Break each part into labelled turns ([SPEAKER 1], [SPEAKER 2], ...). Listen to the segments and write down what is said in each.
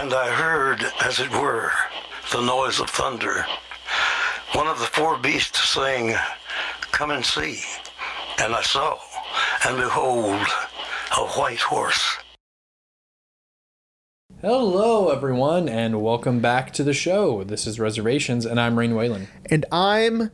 [SPEAKER 1] And I heard, as it were, the noise of thunder. One of the four beasts saying, Come and see. And I saw, and behold, a white horse.
[SPEAKER 2] Hello, everyone, and welcome back to the show. This is Reservations, and I'm Rain Whalen.
[SPEAKER 3] And I'm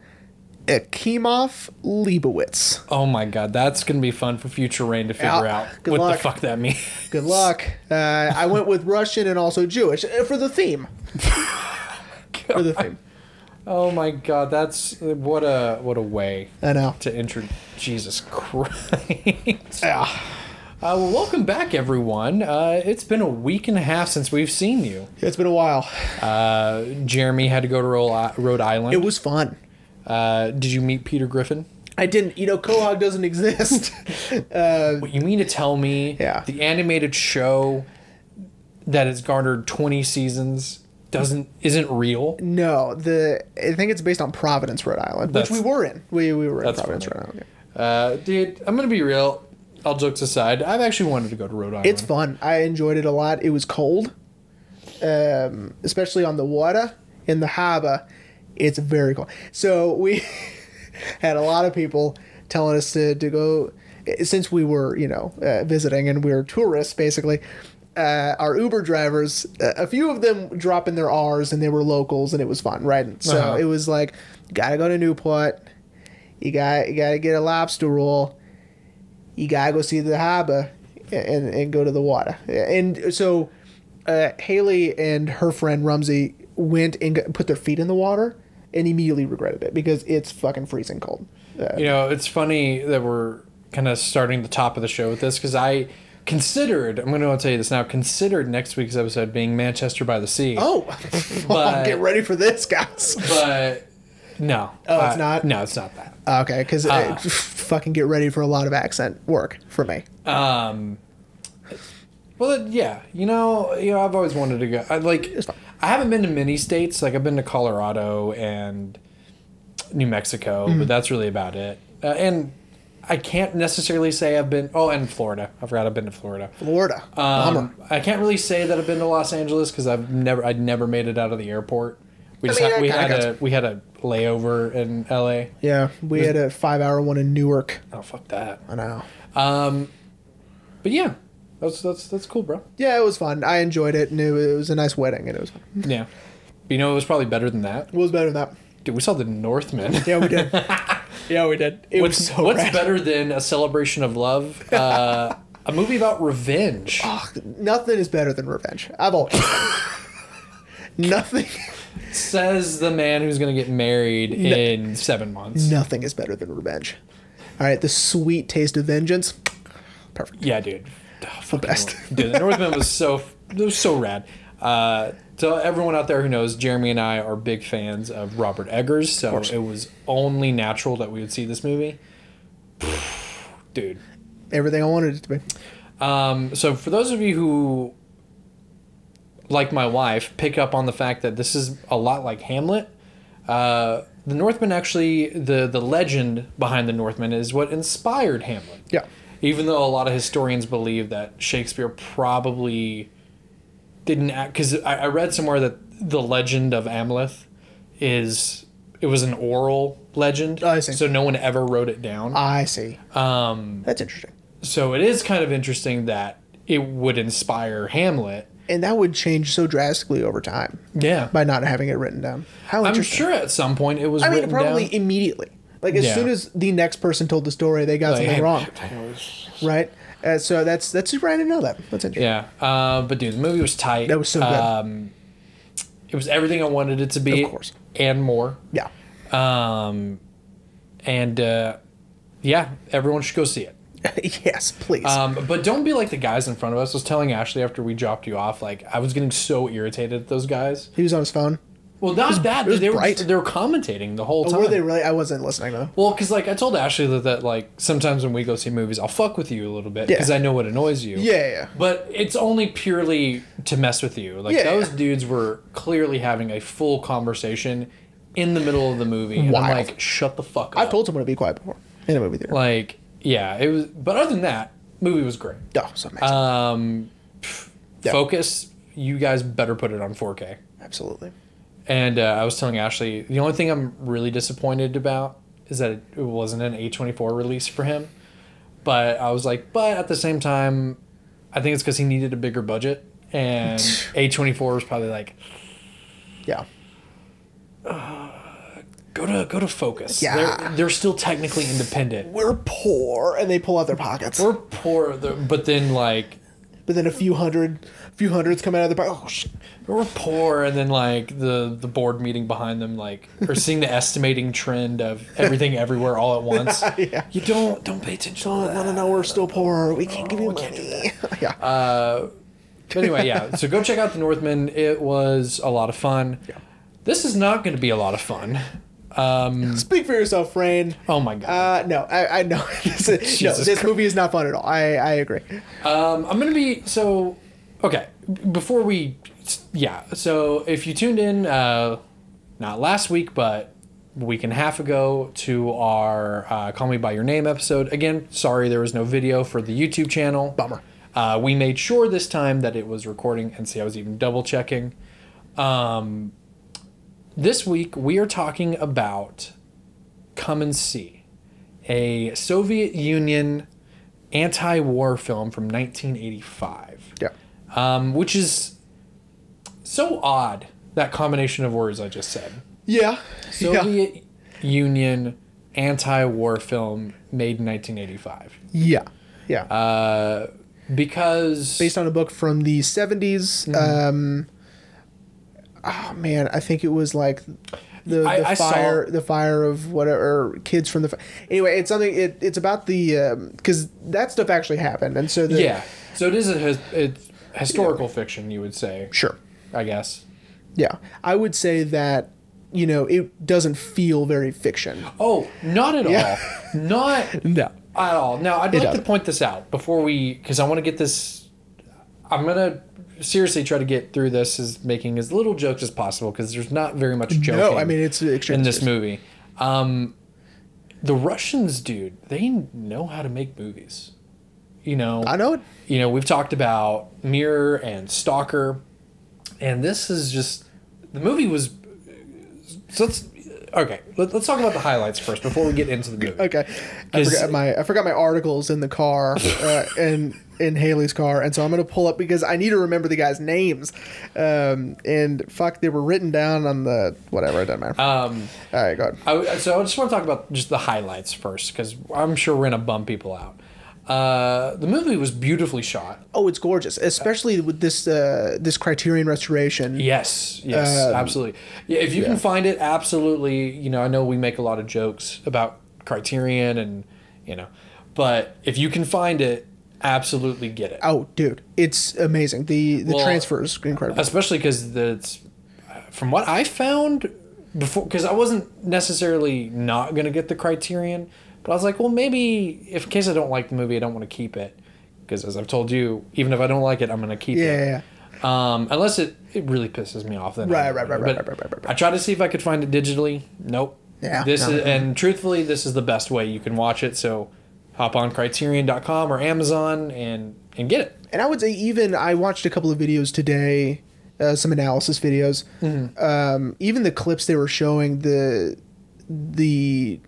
[SPEAKER 3] Akimov Leibowitz.
[SPEAKER 2] Oh my god, that's gonna be fun for future Rain to figure
[SPEAKER 3] Yeah,
[SPEAKER 2] out
[SPEAKER 3] good
[SPEAKER 2] what
[SPEAKER 3] luck.
[SPEAKER 2] the fuck that means.
[SPEAKER 3] Good luck. Uh, I went with Russian and also Jewish uh, for the theme. for the theme.
[SPEAKER 2] Oh my god, that's what a what a way
[SPEAKER 3] I know.
[SPEAKER 2] to enter Jesus Christ.
[SPEAKER 3] Yeah.
[SPEAKER 2] Uh, well, welcome back, everyone. Uh, it's been a week and a half since we've seen you. Uh,
[SPEAKER 3] It's been a while.
[SPEAKER 2] Jeremy had to go to Ro- Rhode Island.
[SPEAKER 3] It was fun.
[SPEAKER 2] uh, did you meet Peter Griffin?
[SPEAKER 3] I didn't, you know, Quahog doesn't exist.
[SPEAKER 2] What you mean to tell me
[SPEAKER 3] Yeah.
[SPEAKER 2] the animated show that has garnered 20 seasons doesn't isn't real?
[SPEAKER 3] no, the I think it's based on Providence, Rhode Island, which
[SPEAKER 2] That's-
[SPEAKER 3] we were in. We, we were in
[SPEAKER 2] that's
[SPEAKER 3] Providence,
[SPEAKER 2] funny.
[SPEAKER 3] Rhode Island. yeah.
[SPEAKER 2] Uh, dude, I'm gonna be real. All jokes aside, I've actually wanted to go to Rhode Island.
[SPEAKER 3] It's fun. I enjoyed it a lot. It was cold, um, especially on the water in the harbor. It's very cold. So we had a lot of people telling us to, to go. eh, Since we were, you know, uh, visiting and we were tourists, basically, uh, our Uber drivers, uh, a few of them dropping their R's and they were locals and it was fun, right? And so
[SPEAKER 2] Uh-huh.
[SPEAKER 3] it was like, gotta go to Newport. You got you gotta get a lobster roll you gotta go see the harbor and, and go to the water. And so uh, Haley and her friend Rumsey went and got, put their feet in the water and immediately regretted it because it's fucking freezing cold. Uh,
[SPEAKER 2] You know, it's funny that we're kind of starting the top of the show with this because I considered, I'm going to tell you this now, considered next week's episode being Manchester by the Sea.
[SPEAKER 3] oh,
[SPEAKER 2] But-
[SPEAKER 3] get ready for this, guys.
[SPEAKER 2] But no.
[SPEAKER 3] Oh, it's
[SPEAKER 2] Uh,
[SPEAKER 3] not?
[SPEAKER 2] No, it's not that.
[SPEAKER 3] Uh, Okay, because
[SPEAKER 2] Ah.
[SPEAKER 3] fucking get ready for a lot of accent work for me.
[SPEAKER 2] Well, it- yeah, you know, you know, I've always wanted to go. I like, I haven't been to many states. Like, I've been to Colorado and New Mexico, but that's really about it. Uh, and I can't necessarily say I've been. Oh, and Florida. I forgot I've been to Florida.
[SPEAKER 3] Florida, bummer.
[SPEAKER 2] Um, I can't really say that I've been to Los Angeles because I've never, I'd never made it out of the airport. We just
[SPEAKER 3] mean,
[SPEAKER 2] had,
[SPEAKER 3] that
[SPEAKER 2] we
[SPEAKER 3] kinda
[SPEAKER 2] had a we had a layover in L.A.
[SPEAKER 3] Yeah, we had a five-hour one in Newark.
[SPEAKER 2] Oh fuck that.
[SPEAKER 3] I know.
[SPEAKER 2] But yeah, that's that's that's cool, bro.
[SPEAKER 3] Yeah, it was fun. I enjoyed it, and it was, it was a nice wedding, and it was fun. It
[SPEAKER 2] Yeah, but you know it was probably better than that.
[SPEAKER 3] was better than that.
[SPEAKER 2] Dude, we saw the Northmen.
[SPEAKER 3] Yeah, we did. yeah, we did. It
[SPEAKER 2] What's,
[SPEAKER 3] was so
[SPEAKER 2] what's
[SPEAKER 3] rad.
[SPEAKER 2] better than a celebration of love? Uh, a movie about revenge.
[SPEAKER 3] Oh. Nothing is better than revenge. I've always. nothing.
[SPEAKER 2] Says the man who's going to get married in seven months.
[SPEAKER 3] Nothing is better than revenge. All right, the sweet taste of vengeance. Perfect.
[SPEAKER 2] Yeah, dude. Oh, the
[SPEAKER 3] best.
[SPEAKER 2] dude, the Northman was so it was so rad. Uh, to everyone out there who knows, Jeremy and I are big fans of Robert Eggers, so it was only natural that we would see this movie. Dude.
[SPEAKER 3] Everything I wanted it to be.
[SPEAKER 2] Um, so for those of you who like my wife pick up on the fact that this is a lot like hamlet uh, the northmen actually the, the legend behind the northmen is what inspired hamlet
[SPEAKER 3] Yeah.
[SPEAKER 2] even though a lot of historians believe that shakespeare probably didn't act because I, I read somewhere that the legend of amleth is it was an oral legend
[SPEAKER 3] Oh, I see. Uh,
[SPEAKER 2] so no one ever wrote it down
[SPEAKER 3] I see. Um, That's interesting.
[SPEAKER 2] so it is kind of interesting that it would inspire Hamlet.
[SPEAKER 3] And that would change so drastically over time
[SPEAKER 2] Yeah.
[SPEAKER 3] by not having it written down. How
[SPEAKER 2] I'm
[SPEAKER 3] interesting.
[SPEAKER 2] sure at some point it was
[SPEAKER 3] I mean,
[SPEAKER 2] written
[SPEAKER 3] probably
[SPEAKER 2] down.
[SPEAKER 3] immediately. Like as
[SPEAKER 2] Yeah.
[SPEAKER 3] soon as the next person told the story, they got
[SPEAKER 2] Like,
[SPEAKER 3] something
[SPEAKER 2] hey,
[SPEAKER 3] wrong, right? Uh, so that's that's I didn't know that. That's interesting.
[SPEAKER 2] Yeah. Uh, but dude, the movie was tight.
[SPEAKER 3] That was so good.
[SPEAKER 2] Um, it was everything I wanted it to be.
[SPEAKER 3] Of course.
[SPEAKER 2] And more.
[SPEAKER 3] yeah,
[SPEAKER 2] And uh, yeah, everyone should go see it.
[SPEAKER 3] yes, please.
[SPEAKER 2] Um, but don't be like the guys in front of us. I was telling Ashley after we dropped you off, like I was getting so irritated at those guys.
[SPEAKER 3] he was on his phone.
[SPEAKER 2] Well, not that
[SPEAKER 3] was
[SPEAKER 2] they were
[SPEAKER 3] bright. Oh,
[SPEAKER 2] they were commentating the whole time.
[SPEAKER 3] Were they really? I wasn't listening to them.
[SPEAKER 2] Well, because like I told Ashley that, that like sometimes when we go see movies, I'll fuck with you a little bit
[SPEAKER 3] Yeah.
[SPEAKER 2] because I know what annoys you.
[SPEAKER 3] Yeah, yeah, yeah.
[SPEAKER 2] But it's only purely to mess with you. Like
[SPEAKER 3] Yeah,
[SPEAKER 2] those
[SPEAKER 3] yeah.
[SPEAKER 2] dudes were clearly having a full conversation in the middle of the movie, and I'm
[SPEAKER 3] Wild.
[SPEAKER 2] like, shut the fuck up.
[SPEAKER 3] I've told someone to be quiet before in a movie theater.
[SPEAKER 2] like yeah, it was. But other than that, movie was great.
[SPEAKER 3] oh, so amazing.
[SPEAKER 2] Um, pff,
[SPEAKER 3] Yeah.
[SPEAKER 2] Focus, you guys better put it on 4K.
[SPEAKER 3] Absolutely.
[SPEAKER 2] And uh, I was telling Ashley, the only thing I'm really disappointed about is that it wasn't an A24 release for him. But I was like, but at the same time, I think it's because he needed a bigger budget. And A24 was probably like,
[SPEAKER 3] Yeah.
[SPEAKER 2] go to go to Focus.
[SPEAKER 3] Yeah.
[SPEAKER 2] They're, they're still technically independent.
[SPEAKER 3] We're poor, and they pull out their pockets.
[SPEAKER 2] We're poor, the- but then like
[SPEAKER 3] but then a few hundred, few hundreds come out of the pocket. Oh, shit.
[SPEAKER 2] we're poor, and then like the the board meeting behind them, like or seeing the estimating trend of everything everywhere all at once.
[SPEAKER 3] Yeah.
[SPEAKER 2] You don't don't pay attention. to
[SPEAKER 3] Oh,
[SPEAKER 2] that.
[SPEAKER 3] no, no, no, we're still poor. We can't give you money. yeah.
[SPEAKER 2] But anyway, yeah. So go check out the Northmen. It was a lot of fun. This is not going to be a lot of fun.
[SPEAKER 3] Speak for yourself, Rain.
[SPEAKER 2] Oh my god.
[SPEAKER 3] Uh, no, I, I know this, is, no,
[SPEAKER 2] Jesus
[SPEAKER 3] this movie is not fun at all. I, I agree.
[SPEAKER 2] Um, I'm gonna be so okay. b- Before we, yeah. So if you tuned in, uh, not last week, but a week and a half ago to our uh, "Call Me by Your Name" episode. Again, sorry there was no video for the YouTube channel.
[SPEAKER 3] Bummer.
[SPEAKER 2] Uh, we made sure this time that it was recording, and see, I was even double checking. Um, this week we are talking about "Come and See," a Soviet Union anti-war film from 1985
[SPEAKER 3] Yeah.
[SPEAKER 2] um, which is so odd that combination of words i just said
[SPEAKER 3] Yeah. yeah.
[SPEAKER 2] soviet union anti-war film made in 1985
[SPEAKER 3] Yeah. Yeah.
[SPEAKER 2] because
[SPEAKER 3] Based on a book from the 70s.
[SPEAKER 2] Mm-hmm.
[SPEAKER 3] Um, oh, man. I think it was like the,
[SPEAKER 2] I-
[SPEAKER 3] the
[SPEAKER 2] I saw-
[SPEAKER 3] fire the fire of whatever or kids from the fi- anyway it's something it, it's about the because that stuff actually happened and so the,
[SPEAKER 2] yeah so it is a his, it's historical fiction you would say
[SPEAKER 3] sure
[SPEAKER 2] i guess
[SPEAKER 3] yeah I would say that you know it doesn't feel very fiction
[SPEAKER 2] oh not at
[SPEAKER 3] Yeah.
[SPEAKER 2] all not
[SPEAKER 3] no
[SPEAKER 2] at all. Now, I'd like to
[SPEAKER 3] doesn't.
[SPEAKER 2] point this out before we, because I want to get this. I'm gonna seriously try to get through this as making as little jokes as possible because there's not very much joking.
[SPEAKER 3] no I mean it's extremely
[SPEAKER 2] in this
[SPEAKER 3] serious.
[SPEAKER 2] movie, um, the Russians, dude, they know how to make movies. You know,
[SPEAKER 3] I know it
[SPEAKER 2] you know, we've talked about Mirror and Stalker, and this is just the movie was. So let's okay. Let, let's talk about the highlights first before we get into the movie.
[SPEAKER 3] Okay, I
[SPEAKER 2] Is-
[SPEAKER 3] forgot my I forgot my articles in the car uh, and in Haley's car, and so I'm gonna pull up because I need to remember the guys' names. Um, and fuck, they were written down on the whatever. It doesn't matter.
[SPEAKER 2] Um,
[SPEAKER 3] All right, go ahead.
[SPEAKER 2] I, so I just want to talk about just the highlights first because I'm sure we're gonna bum people out. Uh, the movie was beautifully shot.
[SPEAKER 3] Oh, it's gorgeous, especially with this uh, this Criterion restoration.
[SPEAKER 2] Yes, yes, absolutely. Yeah, if you can find it, absolutely. You know, I know we make a lot of jokes about Criterion and you know, but if you can find it, absolutely get it.
[SPEAKER 3] Oh, dude, it's amazing. The the
[SPEAKER 2] Well,
[SPEAKER 3] transfer is incredible.
[SPEAKER 2] especially because it's from what I found before because I wasn't necessarily not gonna get the Criterion, but I was like, well, maybe if in case I don't like the movie, I don't want to keep it because as I've told you, even if I don't like it, I'm gonna keep
[SPEAKER 3] Yeah,
[SPEAKER 2] it.
[SPEAKER 3] yeah, yeah.
[SPEAKER 2] Um, unless it, it really pisses me off. Then I
[SPEAKER 3] Right,
[SPEAKER 2] don't
[SPEAKER 3] right,
[SPEAKER 2] want it.
[SPEAKER 3] right,
[SPEAKER 2] But
[SPEAKER 3] right, right, right, right, right.
[SPEAKER 2] I tried to see if I could find it digitally. Nope.
[SPEAKER 3] Yeah,
[SPEAKER 2] This
[SPEAKER 3] no,
[SPEAKER 2] is
[SPEAKER 3] no, no.
[SPEAKER 2] and truthfully, this is the best way you can watch it. So hop on Criterion.com or Amazon and and get it.
[SPEAKER 3] and I would say even I watched a couple of videos today, uh, some analysis videos. Um, even the clips they were showing the the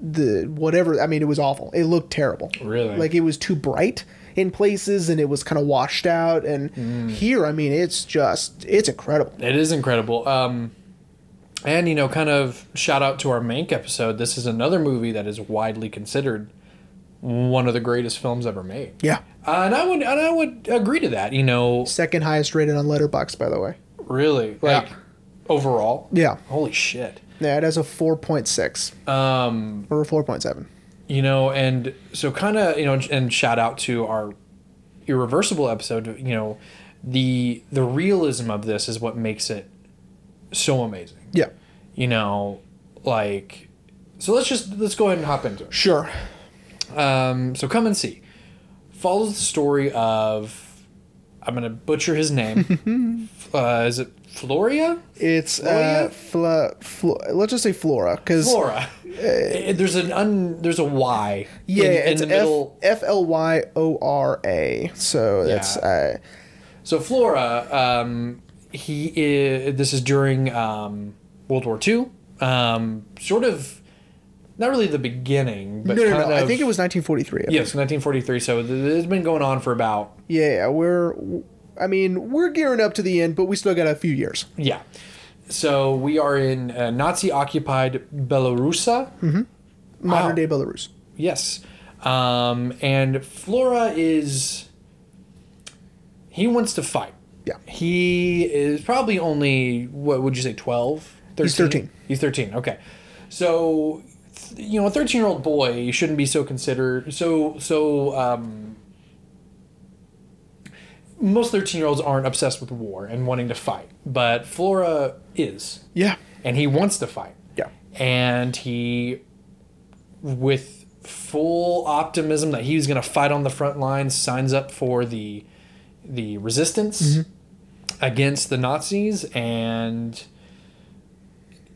[SPEAKER 3] the whatever. I mean, it was awful. It looked terrible.
[SPEAKER 2] Really?
[SPEAKER 3] like it was too bright in places, and it was kind of washed out. And here, I mean, it's just it's incredible.
[SPEAKER 2] It is incredible. Um, and you know, kind of shout out to our Mank episode. This is another movie that is widely considered one of the greatest films ever made.
[SPEAKER 3] Yeah,
[SPEAKER 2] Uh, and I would and I would agree to that. You know,
[SPEAKER 3] second highest rated on Letterbox, by the way.
[SPEAKER 2] really, like
[SPEAKER 3] Yeah.
[SPEAKER 2] overall.
[SPEAKER 3] Yeah,
[SPEAKER 2] Holy shit.
[SPEAKER 3] yeah, it has a four point six
[SPEAKER 2] Um,
[SPEAKER 3] or a four point seven.
[SPEAKER 2] you know, and so kind of you know, and shout out to our irreversible episode. You know, the the realism of this is what makes it so amazing.
[SPEAKER 3] Yeah,
[SPEAKER 2] you know, like. So let's just let's go ahead and hop into it.
[SPEAKER 3] sure.
[SPEAKER 2] Um, so come and see. Follows the story of I'm gonna butcher his name. uh, is it Floria?
[SPEAKER 3] It's uh, Fla, Fla, let's just say Flora, because
[SPEAKER 2] Flora. Eh, there's an un, there's a Y. in-
[SPEAKER 3] uh, yeah,
[SPEAKER 2] in,
[SPEAKER 3] it's
[SPEAKER 2] the middle.
[SPEAKER 3] F L Y O R A. So that's uh,
[SPEAKER 2] So Flora, um, he is, this is during um, World War II, um, sort of not really the beginning, but
[SPEAKER 3] No, no,
[SPEAKER 2] kind
[SPEAKER 3] no.
[SPEAKER 2] of.
[SPEAKER 3] I think it was 1943. I
[SPEAKER 2] yes, 1943. So th- it's been going on for about
[SPEAKER 3] Yeah, we're. I mean, we're gearing up to the end, but we still got a few years.
[SPEAKER 2] yeah. So we are in uh, Nazi-occupied Belarusia.
[SPEAKER 3] Modern
[SPEAKER 2] Wow.
[SPEAKER 3] day Belarus.
[SPEAKER 2] Yes. Um, and Flora is. He wants to fight.
[SPEAKER 3] Yeah.
[SPEAKER 2] He is probably only, what would you say, 12? 13?
[SPEAKER 3] He's 13.
[SPEAKER 2] He's 13, okay. So, th- you know, a 13 year old boy shouldn't be so considered. So, so, um, most 13 year olds aren't obsessed with war and wanting to fight, but Flora is.
[SPEAKER 3] Yeah.
[SPEAKER 2] And he wants to fight
[SPEAKER 3] Yeah.
[SPEAKER 2] and he with full optimism that he was going to fight on the front lines signs up for the the resistance against the Nazis and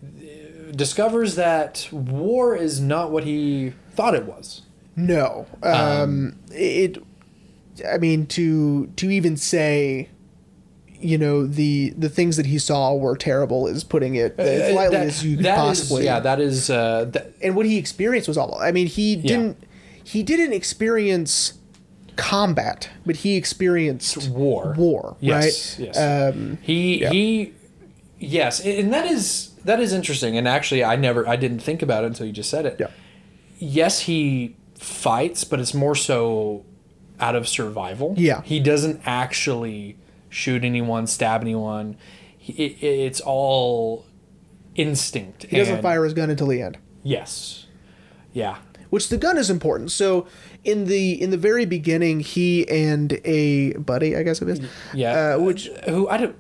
[SPEAKER 2] uh, discovers that war is not what he thought it was.
[SPEAKER 3] No. Um, it. I mean, to to even say, you know, the the things that he saw were terrible is putting it as
[SPEAKER 2] Uh,
[SPEAKER 3] lightly
[SPEAKER 2] that-
[SPEAKER 3] as you could
[SPEAKER 2] that is-
[SPEAKER 3] possibly.
[SPEAKER 2] yeah, that is uh, that,
[SPEAKER 3] and what he experienced was awful. I mean, he didn't he didn't experience combat, but he experienced
[SPEAKER 2] war.
[SPEAKER 3] War,
[SPEAKER 2] Yes.
[SPEAKER 3] right? Um,
[SPEAKER 2] Yes. he he. Yes, a- and that is that is interesting. And actually, I never I didn't think about it until you just said it.
[SPEAKER 3] Yeah.
[SPEAKER 2] Yes, he fights, but it's more so out of survival.
[SPEAKER 3] Yeah.
[SPEAKER 2] He doesn't actually shoot anyone, stab anyone. He, it, it's all instinct.
[SPEAKER 3] He doesn't fire his gun until the end.
[SPEAKER 2] Yes. Yeah.
[SPEAKER 3] Which the gun is important. So in the in the very beginning, he and a buddy, I guess it is.
[SPEAKER 2] Yeah.
[SPEAKER 3] Uh, which
[SPEAKER 2] who I don't.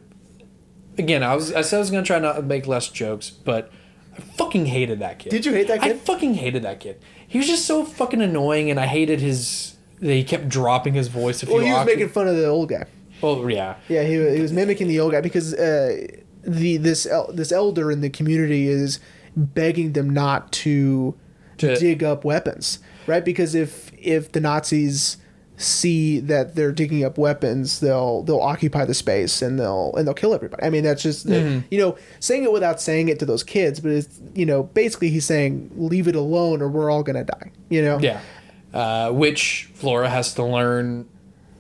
[SPEAKER 2] Again, I was I said I was gonna try not to make less jokes, but I fucking hated that kid.
[SPEAKER 3] Did you hate that
[SPEAKER 2] I
[SPEAKER 3] kid?
[SPEAKER 2] fucking hated that kid. He was just so fucking annoying, and I hated his. That he kept dropping his voice. If
[SPEAKER 3] well,
[SPEAKER 2] you
[SPEAKER 3] he was
[SPEAKER 2] awkward-
[SPEAKER 3] making fun of the old guy.
[SPEAKER 2] Oh yeah.
[SPEAKER 3] Yeah, he, wa- he was mimicking the old guy because uh, the this el- this elder in the community is begging them not to,
[SPEAKER 2] To-
[SPEAKER 3] dig up weapons, right? Because if if the Nazis see that they're digging up weapons, they'll they'll occupy the space and they'll and they'll kill everybody. I mean, that's just the-
[SPEAKER 2] Mm-hmm.
[SPEAKER 3] you know saying it without saying it to those kids, but it's you know basically he's saying leave it alone or we're all gonna die. You know,
[SPEAKER 2] Yeah. Uh, which Flora has to learn.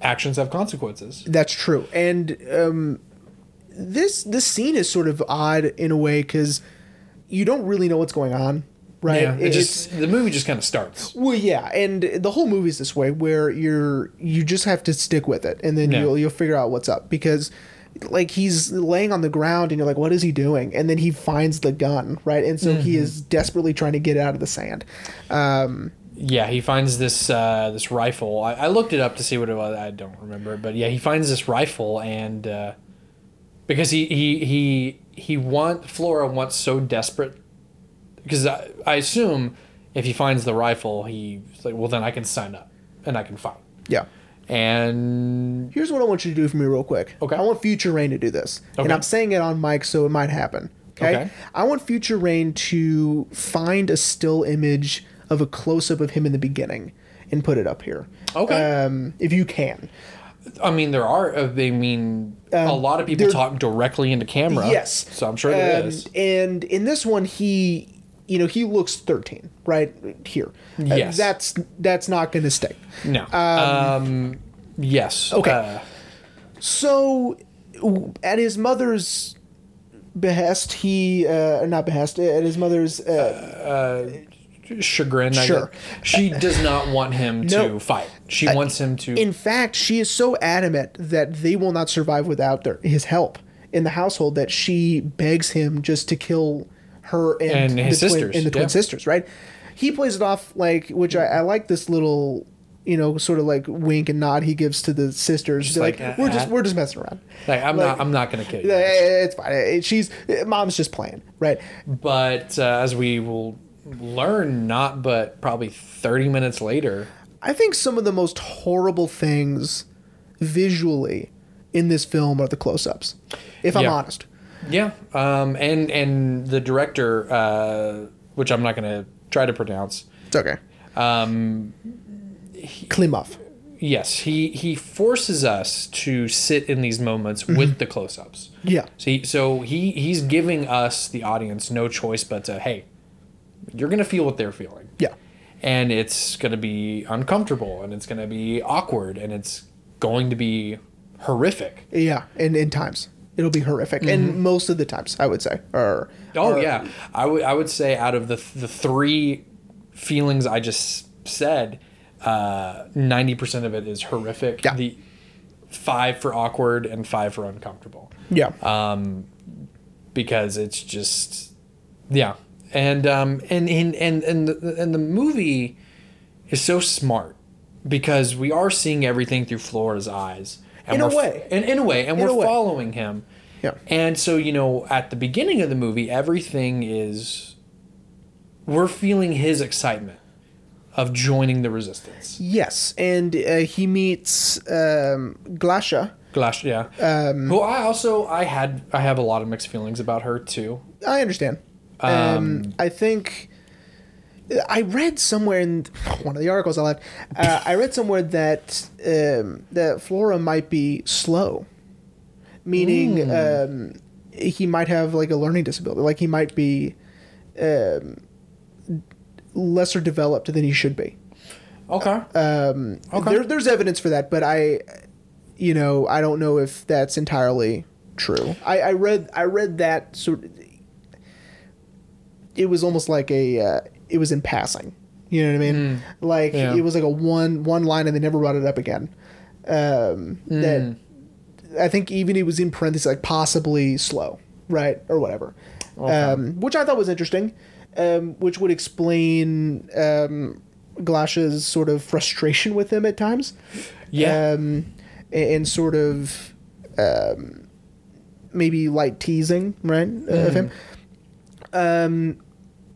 [SPEAKER 2] Actions have consequences.
[SPEAKER 3] That's true. And um, this this scene is sort of odd in a way because you don't really know what's going on, right?
[SPEAKER 2] Yeah. It
[SPEAKER 3] It's-
[SPEAKER 2] just the movie just kind of starts.
[SPEAKER 3] well, yeah, and the whole movie's this way where you're you just have to stick with it, and then
[SPEAKER 2] Yeah.
[SPEAKER 3] you'll you'll figure out what's up because. Like he's laying on the ground, and you're like, "What is he doing?" And then he finds the gun, right? And so he
[SPEAKER 2] Mm-hmm.
[SPEAKER 3] is desperately trying to get it out of the sand.
[SPEAKER 2] Yeah, he finds this uh, this rifle. I, I looked it up to see what it was. I don't remember, but yeah, he finds this rifle and uh, because he he he he want Flora wants so desperate because I, I assume if he finds the rifle, he's like, well, then I can sign up and I can fight.
[SPEAKER 3] Yeah.
[SPEAKER 2] And
[SPEAKER 3] Here's what I want you to do for me, real quick.
[SPEAKER 2] Okay.
[SPEAKER 3] I want Future Rain to do this, and
[SPEAKER 2] Okay.
[SPEAKER 3] I'm saying it on mic, so it might happen. Okay.
[SPEAKER 2] Okay.
[SPEAKER 3] I want Future Rain to find a still image of a close up of him in the beginning and put it up here.
[SPEAKER 2] Okay.
[SPEAKER 3] Um, if you can.
[SPEAKER 2] I mean, there are. uh, I mean, a lot of people
[SPEAKER 3] Um, there-
[SPEAKER 2] talk directly into camera.
[SPEAKER 3] Yes.
[SPEAKER 2] so I'm sure there
[SPEAKER 3] Um,
[SPEAKER 2] is.
[SPEAKER 3] And in this one, he, you know, he looks 13 right here. Uh,
[SPEAKER 2] Yes.
[SPEAKER 3] that's that's not going to stick.
[SPEAKER 2] No. Um, yes.
[SPEAKER 3] Okay.
[SPEAKER 2] Uh,
[SPEAKER 3] So, w- at his mother's behest, he uh, not behest at his mother's. Uh,
[SPEAKER 2] chagrin.
[SPEAKER 3] Sure.
[SPEAKER 2] Sure. She does not want him
[SPEAKER 3] No.
[SPEAKER 2] to fight. She wants him to.
[SPEAKER 3] In fact, she is so adamant that they will not survive without their, his help in the household that she begs him just to kill her
[SPEAKER 2] And
[SPEAKER 3] and,
[SPEAKER 2] his
[SPEAKER 3] the twin,
[SPEAKER 2] sisters,
[SPEAKER 3] and the twin
[SPEAKER 2] yeah.
[SPEAKER 3] sisters. Right? He plays it off like, which I, I like this little, you know, sort of like wink and nod he gives to the sisters. They're like,
[SPEAKER 2] like, uh,
[SPEAKER 3] we're just
[SPEAKER 2] uh,
[SPEAKER 3] we're just messing around.
[SPEAKER 2] like, I'm
[SPEAKER 3] like-
[SPEAKER 2] not. I'm not gonna kill you.
[SPEAKER 3] Yeah, It's fine. Eh, She's eh, mom's just playing, right?
[SPEAKER 2] But uh, as we will learn, not but probably 30 minutes later.
[SPEAKER 3] I think some of the most horrible things visually in this film are the close-ups. If I'm
[SPEAKER 2] Yeah.
[SPEAKER 3] honest.
[SPEAKER 2] Yeah. Um. And and the director, uh, which I'm not gonna try to pronounce.
[SPEAKER 3] It's okay. Um, Klimov.
[SPEAKER 2] yes, he he forces us to sit in these moments
[SPEAKER 3] Mm-hmm.
[SPEAKER 2] with the close-ups.
[SPEAKER 3] Yeah.
[SPEAKER 2] So he, so he he's giving us the audience no choice but to hey, you're gonna feel what they're feeling,
[SPEAKER 3] Yeah.
[SPEAKER 2] and it's gonna be uncomfortable, and it's gonna be awkward, and it's going to be horrific.
[SPEAKER 3] Yeah. And in times. It'll be horrific. And most of the times, I would say. Or
[SPEAKER 2] Mm-hmm. Oh
[SPEAKER 3] or-
[SPEAKER 2] yeah, I would I would say out of the the three feelings I just said, uh, ninety percent of it is horrific.
[SPEAKER 3] Yeah.
[SPEAKER 2] The five for awkward and five for uncomfortable
[SPEAKER 3] Yeah.
[SPEAKER 2] Um, because it's just yeah, and um and and and and the, and the movie is so smart because we are seeing everything through Flora's eyes. And
[SPEAKER 3] In a
[SPEAKER 2] we're f-
[SPEAKER 3] way.
[SPEAKER 2] in, in a way, and
[SPEAKER 3] In a
[SPEAKER 2] we're
[SPEAKER 3] way.
[SPEAKER 2] following him.
[SPEAKER 3] yeah.
[SPEAKER 2] And so, you know, at the beginning of the movie, everything is. We're feeling his excitement of joining the resistance.
[SPEAKER 3] Yes. And uh, he meets um, Glasha.
[SPEAKER 2] Glash, yeah. Um, Who I also I had I have a lot of mixed feelings about her too.
[SPEAKER 3] I understand. Um, I think I read somewhere in one of the articles I left. Uh, I read somewhere that um, that Flora might be slow, meaning um, he might have like a learning disability. Like he might be um, lesser developed than he should be.
[SPEAKER 2] Okay.
[SPEAKER 3] uh,
[SPEAKER 2] Okay.
[SPEAKER 3] There, there's evidence for that, but I, you know, I don't know if that's entirely true. I, I read, I read that sort. It was almost like a, uh, it was in passing. You know what I mean? Like
[SPEAKER 2] Yeah.
[SPEAKER 3] it was like a one one line, and they never brought it up again. Um, That I think even it was in parentheses, like possibly slow, right, or whatever, um, which I thought was interesting. Um, which would explain um, Glasha's sort of frustration with him at times
[SPEAKER 2] yeah.
[SPEAKER 3] um, and, and sort of um, maybe light teasing, right, of him. Um,
[SPEAKER 2] Hmm.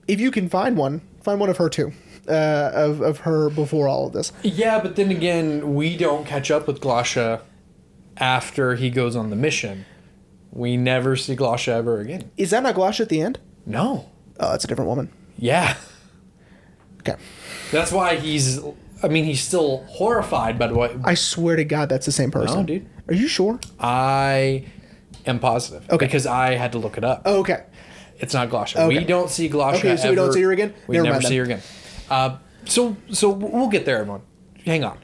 [SPEAKER 3] if you can find one, find one of her too, uh, of of her before all of this.
[SPEAKER 2] yeah, but then again, we don't catch up with Glasha after he goes on the mission. We never see Glasha ever again.
[SPEAKER 3] Is that not Glash at the end?
[SPEAKER 2] No.
[SPEAKER 3] Oh, that's a different woman.
[SPEAKER 2] Yeah.
[SPEAKER 3] Okay,
[SPEAKER 2] That's why he's. I mean, he's still horrified by what
[SPEAKER 3] I swear to God, that's the same person.
[SPEAKER 2] No, dude.
[SPEAKER 3] Are you sure?
[SPEAKER 2] I am positive.
[SPEAKER 3] Okay.
[SPEAKER 2] Because I had to look it up.
[SPEAKER 3] Oh, okay.
[SPEAKER 2] It's not Glasha.
[SPEAKER 3] Okay.
[SPEAKER 2] We don't see Glasha.
[SPEAKER 3] Okay, so we don't
[SPEAKER 2] ever-
[SPEAKER 3] see her again?
[SPEAKER 2] We
[SPEAKER 3] Never
[SPEAKER 2] never
[SPEAKER 3] mind
[SPEAKER 2] see
[SPEAKER 3] then.
[SPEAKER 2] her again. Uh, so so we'll get there, everyone. Hang on.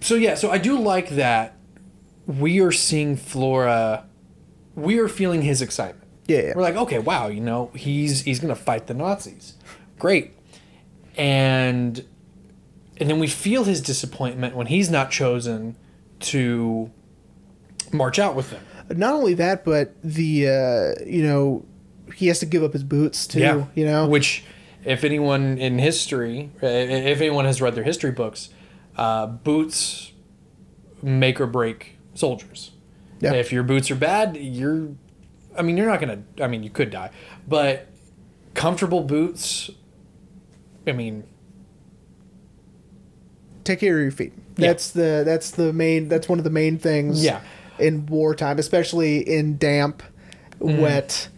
[SPEAKER 2] So yeah, so I do like that we are seeing Flora. We are feeling his excitement.
[SPEAKER 3] Yeah, yeah.
[SPEAKER 2] We're like, okay, wow, you know, he's he's gonna fight the Nazis. Great. And and then we feel his disappointment when he's not chosen to march out with them.
[SPEAKER 3] Not only that, but the uh, you know he has to give up his boots too. You know,
[SPEAKER 2] which if anyone in history, i- if anyone has read their history books, uh, boots make or break soldiers.
[SPEAKER 3] Yeah.
[SPEAKER 2] If your boots are bad, you're, I mean, you're not gonna. I mean, you could die, but comfortable boots. I mean,
[SPEAKER 3] take care of your feet.
[SPEAKER 2] Yeah.
[SPEAKER 3] That's the that's the main that's one of the main things.
[SPEAKER 2] Yeah.
[SPEAKER 3] In wartime, especially in damp, Mm. wet,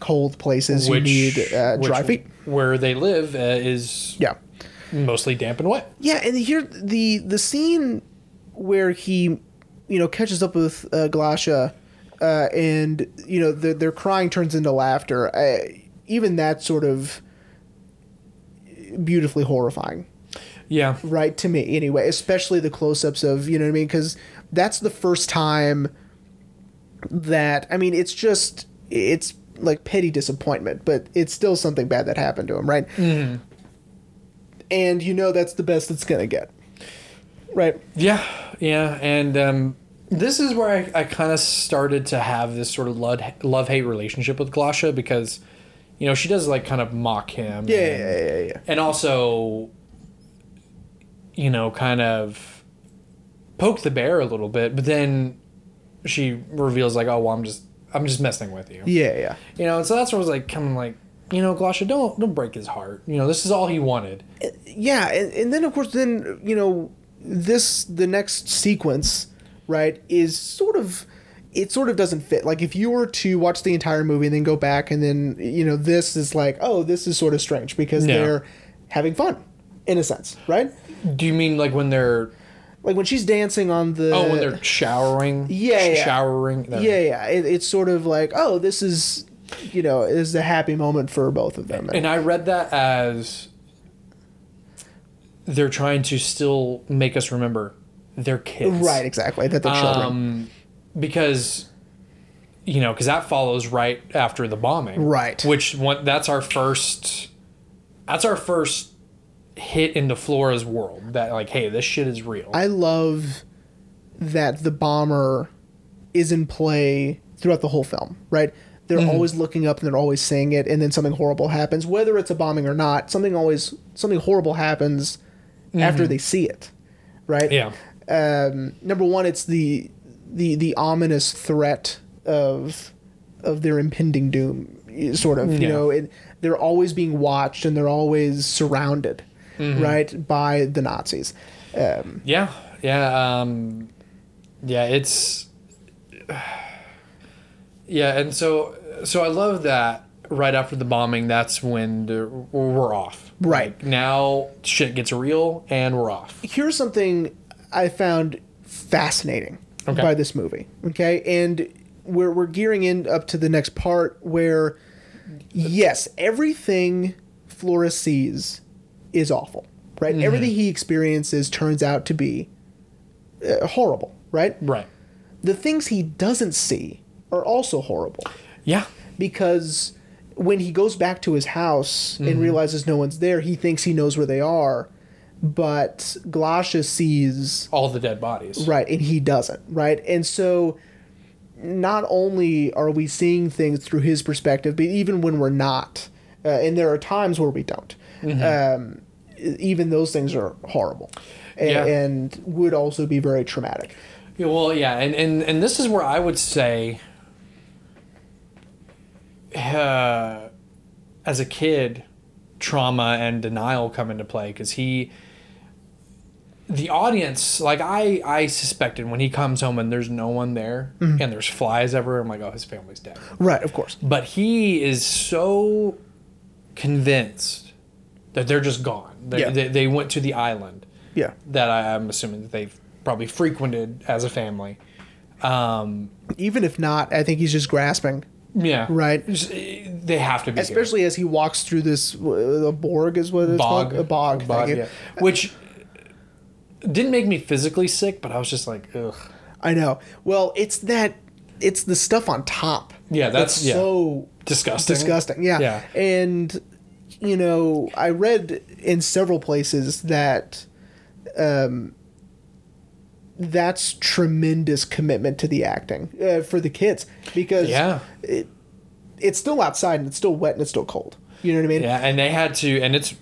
[SPEAKER 3] cold places,
[SPEAKER 2] which
[SPEAKER 3] you need uh,
[SPEAKER 2] which
[SPEAKER 3] dry feet.
[SPEAKER 2] Where they live uh, is
[SPEAKER 3] Yeah.
[SPEAKER 2] mostly damp and wet.
[SPEAKER 3] Yeah, and here the the scene where he, you know, catches up with uh, Glasha, uh, and you know their their crying turns into laughter. I, even that's sort of beautifully horrifying.
[SPEAKER 2] Yeah.
[SPEAKER 3] right to me anyway especially the close-ups of you know what i mean because that's the first time that i mean it's just it's like petty disappointment but it's still something bad that happened to him right and you know that's the best it's gonna get right
[SPEAKER 2] Yeah, yeah, and um, this is where I, I kind of started to have this sort of love hate relationship with Glasha because, you know, she does like kind of mock him.
[SPEAKER 3] yeah
[SPEAKER 2] and,
[SPEAKER 3] yeah yeah, yeah.
[SPEAKER 2] and also, you know, kind of poke the bear a little bit, but then she reveals like, "Oh, well, I'm just, I'm just messing with you,"
[SPEAKER 3] Yeah, yeah.
[SPEAKER 2] you know. And so that's where I was like, kind of like, you know, Glasha, don't, don't break his heart. You know, this is all he wanted.
[SPEAKER 3] yeah and, and then of course then you know this the next sequence right is sort of it sort of doesn't fit like if you were to watch the entire movie and then go back and then you know this is like oh this is sort of strange because
[SPEAKER 2] Yeah.
[SPEAKER 3] they're having fun in a sense right
[SPEAKER 2] Do you mean like when they're
[SPEAKER 3] like when she's dancing on the
[SPEAKER 2] oh, when they're showering.
[SPEAKER 3] Yeah,
[SPEAKER 2] sh-
[SPEAKER 3] yeah.
[SPEAKER 2] showering. they're-
[SPEAKER 3] yeah yeah it, it's sort of like oh this is you know this is a happy moment for both of them
[SPEAKER 2] And I read that as they're trying to still make us remember they're kids.
[SPEAKER 3] right exactly that they're children
[SPEAKER 2] Um, because you know, because that follows right after the bombing,
[SPEAKER 3] Right.
[SPEAKER 2] Which one? That's our first. That's our first hit into Flora's world. That like, hey, this shit is real.
[SPEAKER 3] I love that the bomber is in play throughout the whole film, right? They're
[SPEAKER 2] Mm-hmm.
[SPEAKER 3] always looking up and they're always saying it, and then something horrible happens, whether it's a bombing or not. Something always something horrible happens after they see it, right?
[SPEAKER 2] Mm-hmm. yeah,
[SPEAKER 3] Number one, it's the the the ominous threat of of their impending doom, eh, sort of. You
[SPEAKER 2] Yeah.
[SPEAKER 3] know, it, they're always being watched and they're always surrounded,
[SPEAKER 2] Mm-hmm.
[SPEAKER 3] right, by the Nazis.
[SPEAKER 2] yeah, yeah, um, yeah. It's yeah, and so so I love that. Right after the bombing, that's when the, we're off.
[SPEAKER 3] Right.
[SPEAKER 2] Like, now, shit gets real, and we're off.
[SPEAKER 3] here's something I found fascinating
[SPEAKER 2] Okay.
[SPEAKER 3] by this movie. Okay, and we're we're gearing in up to the next part where, yes, everything Flora sees is awful. Right, everything he experiences turns out to be uh, horrible. Right,
[SPEAKER 2] Right.
[SPEAKER 3] the things he doesn't see are also horrible
[SPEAKER 2] Yeah.
[SPEAKER 3] because when he goes back to his house and realizes no one's there, he thinks he knows where they are, but Glasha sees
[SPEAKER 2] All the dead bodies.
[SPEAKER 3] right and he doesn't, right? And so not only are we seeing things through his perspective, but even when we're not, uh, and there are times where we don't, um, even those things are horrible. And,
[SPEAKER 2] Yeah.
[SPEAKER 3] and would also be very traumatic.
[SPEAKER 2] Yeah, well, yeah, and, and and this is where I would say, uh, as a kid, trauma and denial come into play because he, the audience, like I, I suspected when he comes home and there's no one there and there's flies everywhere, I'm like, oh, his family's dead.
[SPEAKER 3] Right, of course.
[SPEAKER 2] But he is so convinced that they're just gone. They,
[SPEAKER 3] Yeah.
[SPEAKER 2] they, they went to the island
[SPEAKER 3] Yeah.
[SPEAKER 2] that I, I'm assuming that they've probably frequented as a family.
[SPEAKER 3] Even if not, I think he's just grasping
[SPEAKER 2] Yeah.
[SPEAKER 3] Right.
[SPEAKER 2] S- eh, They have to be.
[SPEAKER 3] especially as he walks through this uh, a borg is what it's
[SPEAKER 2] there. bog.
[SPEAKER 3] called a bog, thing.
[SPEAKER 2] yeah. Which didn't make me physically sick, but I was just like, ugh.
[SPEAKER 3] I know. Well, it's that it's the stuff on top.
[SPEAKER 2] Yeah, that's-
[SPEAKER 3] It's
[SPEAKER 2] yeah.
[SPEAKER 3] so
[SPEAKER 2] Disgusting.
[SPEAKER 3] disgusting. Yeah.
[SPEAKER 2] Yeah.
[SPEAKER 3] and you know, I read in several places that um, that's tremendous commitment to the acting uh, for the kids because
[SPEAKER 2] Yeah.
[SPEAKER 3] it's still outside and it's still wet and it's still cold. You know what I mean?
[SPEAKER 2] Yeah. And they had to, and it's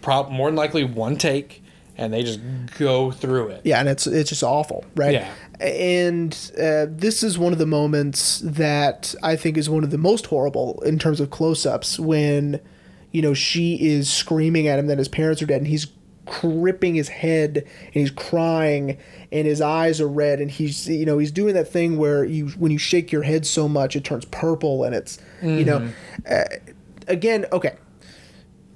[SPEAKER 2] prob- more than likely one take, and they just go through it.
[SPEAKER 3] Yeah, and it's it's just awful, right?
[SPEAKER 2] Yeah.
[SPEAKER 3] And uh, this is one of the moments that I think is one of the most horrible in terms of close-ups when, you know, she is screaming at him that his parents are dead, and he's gripping his head and he's crying and his eyes are red and he's you know he's doing that thing where you when you shake your head so much it turns purple and it's you know
[SPEAKER 2] Mm-hmm.
[SPEAKER 3] uh, again okay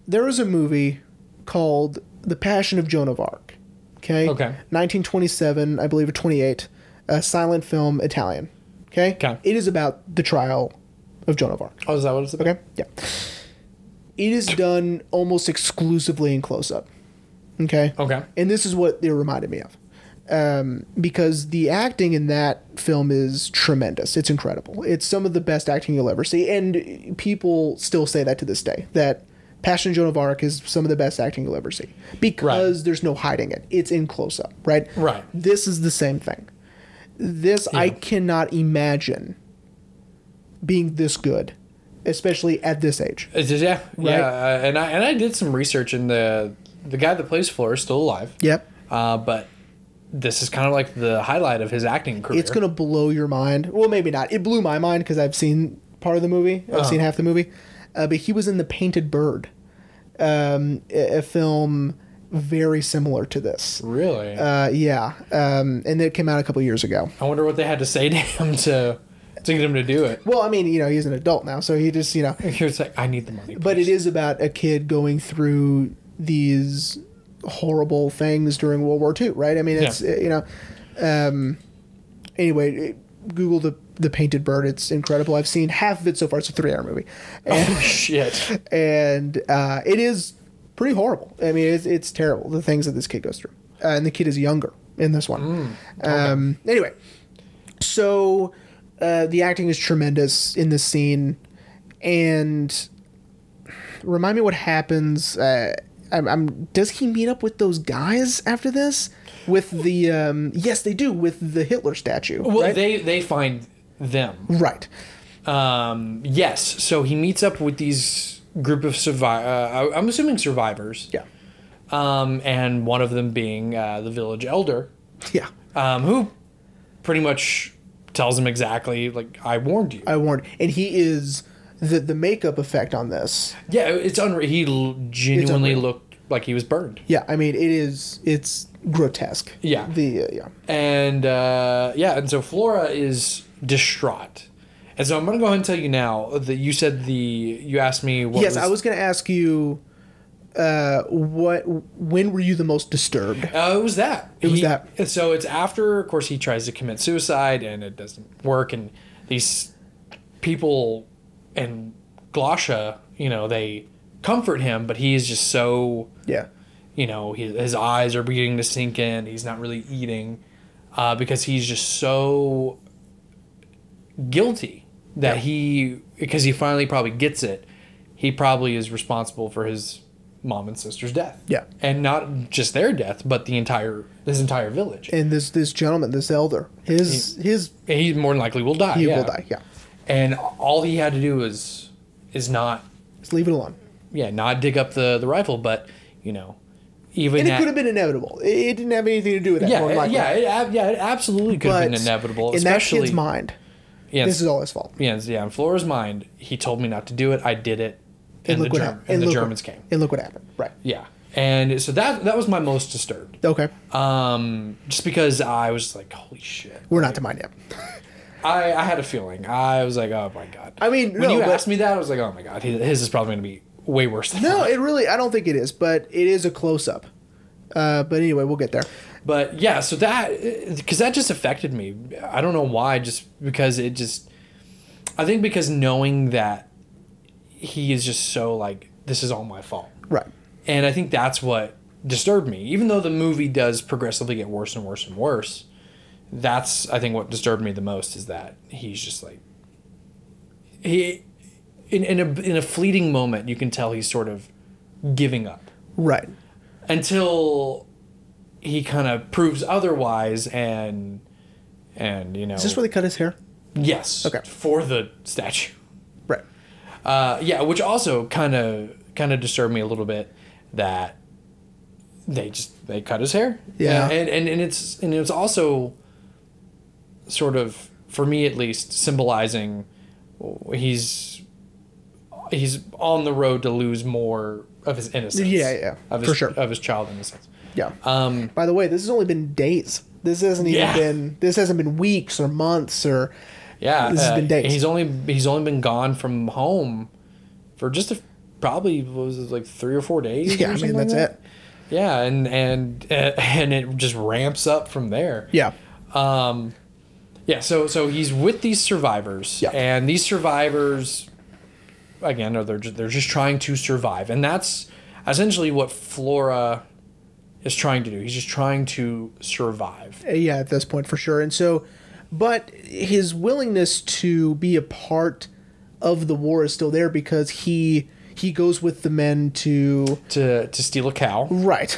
[SPEAKER 3] there was a movie called The Passion of Joan of Arc. Okay.
[SPEAKER 2] Okay.
[SPEAKER 3] 1927, I believe, or 28, a silent film, Italian. Okay.
[SPEAKER 2] Okay.
[SPEAKER 3] It is about the trial of Joan of Arc.
[SPEAKER 2] Oh, is that what it's about?
[SPEAKER 3] Okay. Yeah. It is done almost exclusively in close up. Okay.
[SPEAKER 2] Okay.
[SPEAKER 3] And this is what it reminded me of. Um, because the acting in that film is tremendous. It's incredible. It's some of the best acting you'll ever see. And people still say that to this day that Passion of Joan of Arc is some of the best acting you'll ever see because there's no hiding it. It's in close up, right?
[SPEAKER 2] Right.
[SPEAKER 3] This is the same thing. This, I cannot imagine being this good, especially at this age.
[SPEAKER 2] It's just- yeah. Yeah. uh, And I, and I did some research, and the, the guy that plays Floor is still alive.
[SPEAKER 3] Yep.
[SPEAKER 2] Uh, but this is kind of like the highlight of his acting career.
[SPEAKER 3] It's gonna blow your mind. Well, maybe not. It blew my mind because I've seen part of the movie. I've seen half the movie, uh, but he was in the Painted Bird, um, a, a film very similar to this.
[SPEAKER 2] Really?
[SPEAKER 3] Uh, yeah, um, and it came out a couple years ago.
[SPEAKER 2] I wonder what they had to say to him to to get him to do it.
[SPEAKER 3] Well, I mean, you know, he's an adult now, so he just, you know.
[SPEAKER 2] He was like, I need the money.
[SPEAKER 3] But it is about a kid going through these horrible things during World War II, right? I mean, it's
[SPEAKER 2] Yeah.
[SPEAKER 3] you know. Um, anyway, it- Google the the Painted Bird. It's incredible. I've seen half of it so far. It's a three hour movie, and,
[SPEAKER 2] Shit.
[SPEAKER 3] and uh, it is pretty horrible. I mean, it's it's terrible the things that this kid goes through, uh, and the kid is younger in this
[SPEAKER 2] Mm,
[SPEAKER 3] one. um, anyway, so uh, the acting is tremendous in this scene, and remind me what happens. Uh, I'm, I'm, does he meet up with those guys after this? With the um, yes, they do with the Hitler statue.
[SPEAKER 2] Well,
[SPEAKER 3] right?
[SPEAKER 2] they they find them.
[SPEAKER 3] right.
[SPEAKER 2] Um, yes. So he meets up with these group of survivor. Uh, I- I'm assuming survivors.
[SPEAKER 3] Yeah.
[SPEAKER 2] Um, and one of them being uh, the village elder,
[SPEAKER 3] Yeah.
[SPEAKER 2] um, who pretty much tells him exactly like I warned you.
[SPEAKER 3] I warned, and he is the the makeup effect on this.
[SPEAKER 2] yeah, it's unreal. He l- genuinely
[SPEAKER 3] unreal.
[SPEAKER 2] looked like he was burned.
[SPEAKER 3] Yeah, I mean it is it's grotesque.
[SPEAKER 2] Yeah.
[SPEAKER 3] The uh, yeah.
[SPEAKER 2] And uh, yeah, and so Flora is distraught. And so I'm gonna go ahead and tell you now that you said the you asked me what
[SPEAKER 3] yes, I was going to ask you uh what when were you the most disturbed?
[SPEAKER 2] Uh, it was that. It
[SPEAKER 3] was that.
[SPEAKER 2] So it's after, of course, he tries to commit suicide and it doesn't work. And these people and Glosha, you know, they comfort him, but he is just so,
[SPEAKER 3] Yeah.
[SPEAKER 2] you know, his, his eyes are beginning to sink in. He's not really eating uh, because he's just so guilty that he, because he finally probably gets it, he probably is responsible for his mom and sister's death
[SPEAKER 3] Yeah.
[SPEAKER 2] and not just their death, but the entire this entire village.
[SPEAKER 3] And this this gentleman, this elder, his his
[SPEAKER 2] And he more than likely will die.
[SPEAKER 3] he
[SPEAKER 2] yeah.
[SPEAKER 3] will die. Yeah.
[SPEAKER 2] And all he had to do is is not
[SPEAKER 3] Just leave it alone.
[SPEAKER 2] yeah not dig up the the rifle, but you know even
[SPEAKER 3] And it
[SPEAKER 2] at-
[SPEAKER 3] could have been inevitable. It, it didn't have anything to do with that. more
[SPEAKER 2] yeah
[SPEAKER 3] than likely.
[SPEAKER 2] yeah it, ab- yeah it absolutely could have been
[SPEAKER 3] But
[SPEAKER 2] inevitable.
[SPEAKER 3] In that
[SPEAKER 2] especially
[SPEAKER 3] kid's mind,
[SPEAKER 2] yeah,
[SPEAKER 3] this is all his fault.
[SPEAKER 2] yeah, yeah in Flora's mind. He told me not to do it. I did it, and, the,
[SPEAKER 3] what
[SPEAKER 2] Germ-
[SPEAKER 3] hap-
[SPEAKER 2] and the
[SPEAKER 3] look what-
[SPEAKER 2] Germans came.
[SPEAKER 3] And look what happened. Right.
[SPEAKER 2] Yeah, and so that that was my most disturbed.
[SPEAKER 3] Okay.
[SPEAKER 2] Um, just because I was like, holy shit.
[SPEAKER 3] We're not to mind him.
[SPEAKER 2] I, I had a feeling. I was like, oh my god.
[SPEAKER 3] I mean,
[SPEAKER 2] when
[SPEAKER 3] no,
[SPEAKER 2] you
[SPEAKER 3] but-
[SPEAKER 2] asked me that, I was like, oh my god, his, his is probably going to be way worse than
[SPEAKER 3] No,
[SPEAKER 2] mine.
[SPEAKER 3] it really. I don't think it is, but it is a close up. Uh, but anyway, we'll get there.
[SPEAKER 2] But yeah, so that because that just affected me. I don't know why. Just because it just, I think because knowing that he is just so like this is all my fault,
[SPEAKER 3] Right.
[SPEAKER 2] and I think that's what disturbed me. Even though the movie does progressively get worse and worse and worse, that's I think what disturbed me the most is that he's just like he in in a in a fleeting moment you can tell he's sort of giving up
[SPEAKER 3] Right.
[SPEAKER 2] until he kind of proves otherwise and and you know
[SPEAKER 3] Is this where they cut his hair?
[SPEAKER 2] yes
[SPEAKER 3] Okay.
[SPEAKER 2] for the statue
[SPEAKER 3] Right.
[SPEAKER 2] uh, yeah which also kind of kind of disturbed me a little bit that they just they cut his hair
[SPEAKER 3] Yeah.
[SPEAKER 2] and and, and it's and it's also sort of for me at least symbolizing he's he's on the road to lose more of his innocence
[SPEAKER 3] Yeah, yeah,
[SPEAKER 2] of his,
[SPEAKER 3] for sure.
[SPEAKER 2] of his child innocence
[SPEAKER 3] Yeah.
[SPEAKER 2] um
[SPEAKER 3] By the way, this has only been days. This hasn't even
[SPEAKER 2] Yeah.
[SPEAKER 3] been. This hasn't been weeks or months or.
[SPEAKER 2] Yeah,
[SPEAKER 3] This has
[SPEAKER 2] uh,
[SPEAKER 3] been days.
[SPEAKER 2] He's only he's only been gone from home for just a, probably what was it like three or four days.
[SPEAKER 3] Yeah,
[SPEAKER 2] or
[SPEAKER 3] I mean
[SPEAKER 2] something
[SPEAKER 3] that's
[SPEAKER 2] like
[SPEAKER 3] it.
[SPEAKER 2] that? Yeah, and and uh, and it just ramps up from there.
[SPEAKER 3] Yeah.
[SPEAKER 2] yeah. So so he's with these survivors,
[SPEAKER 3] Yeah.
[SPEAKER 2] and these survivors, again, are they're just, they're just trying to survive, and that's essentially what Flora is trying to do. He's just trying to survive.
[SPEAKER 3] Yeah, at this point for sure. And so, but his willingness to be a part of the war is still there because he he goes with the men to
[SPEAKER 2] To to steal a cow.
[SPEAKER 3] right.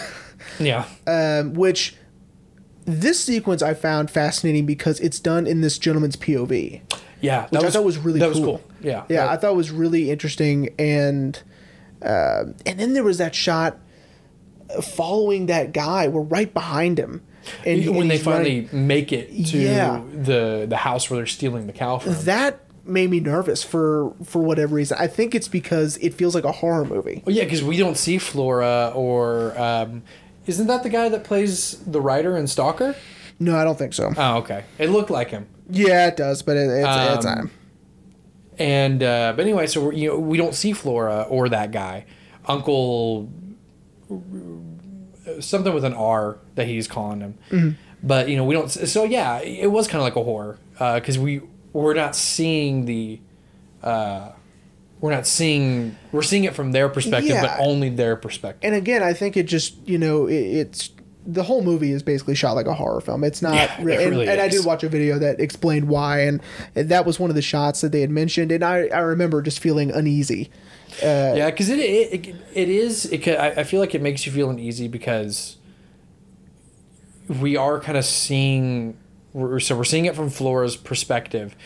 [SPEAKER 2] Yeah.
[SPEAKER 3] um, which this sequence I found fascinating because it's done in this gentleman's POV,
[SPEAKER 2] Yeah. That
[SPEAKER 3] which I thought was really
[SPEAKER 2] that
[SPEAKER 3] cool.
[SPEAKER 2] was cool. Yeah.
[SPEAKER 3] yeah,
[SPEAKER 2] that-
[SPEAKER 3] I thought was really interesting, and uh, and then there was that shot following that guy. We're right behind him, and
[SPEAKER 2] when
[SPEAKER 3] and
[SPEAKER 2] they
[SPEAKER 3] he's
[SPEAKER 2] finally
[SPEAKER 3] running.
[SPEAKER 2] make it to
[SPEAKER 3] Yeah.
[SPEAKER 2] the the house where they're stealing the cow from.
[SPEAKER 3] that made me nervous for for whatever reason. I think it's because it feels like a horror movie.
[SPEAKER 2] well, Oh, yeah, because we don't see Flora or um, isn't that the guy that plays the writer in Stalker?
[SPEAKER 3] No, I don't think so.
[SPEAKER 2] Oh, okay. It looked like him.
[SPEAKER 3] yeah, it does, but it, it's it's
[SPEAKER 2] Um,
[SPEAKER 3] um,
[SPEAKER 2] And uh, but anyway, so we're, you know we don't see Flora or that guy, Uncle. something with an R that he's calling him. But you know, we don't. So yeah, it was kind of like a horror because we we're not seeing the. Uh, we're not seeing. We're seeing it from their perspective,
[SPEAKER 3] Yeah.
[SPEAKER 2] but only their perspective.
[SPEAKER 3] and again, I think it just you know it, it's the whole movie is basically shot like a horror film. It's not,
[SPEAKER 2] Yeah, it
[SPEAKER 3] and,
[SPEAKER 2] really
[SPEAKER 3] and I
[SPEAKER 2] is.
[SPEAKER 3] did watch a video that explained why, and that was one of the shots that they had mentioned, and I I remember just feeling uneasy.
[SPEAKER 2] yeah, because it, it it it is. It ca- I, I feel like it makes you feel uneasy because we are kind of seeing. We're, so we're seeing it from Flora's perspective,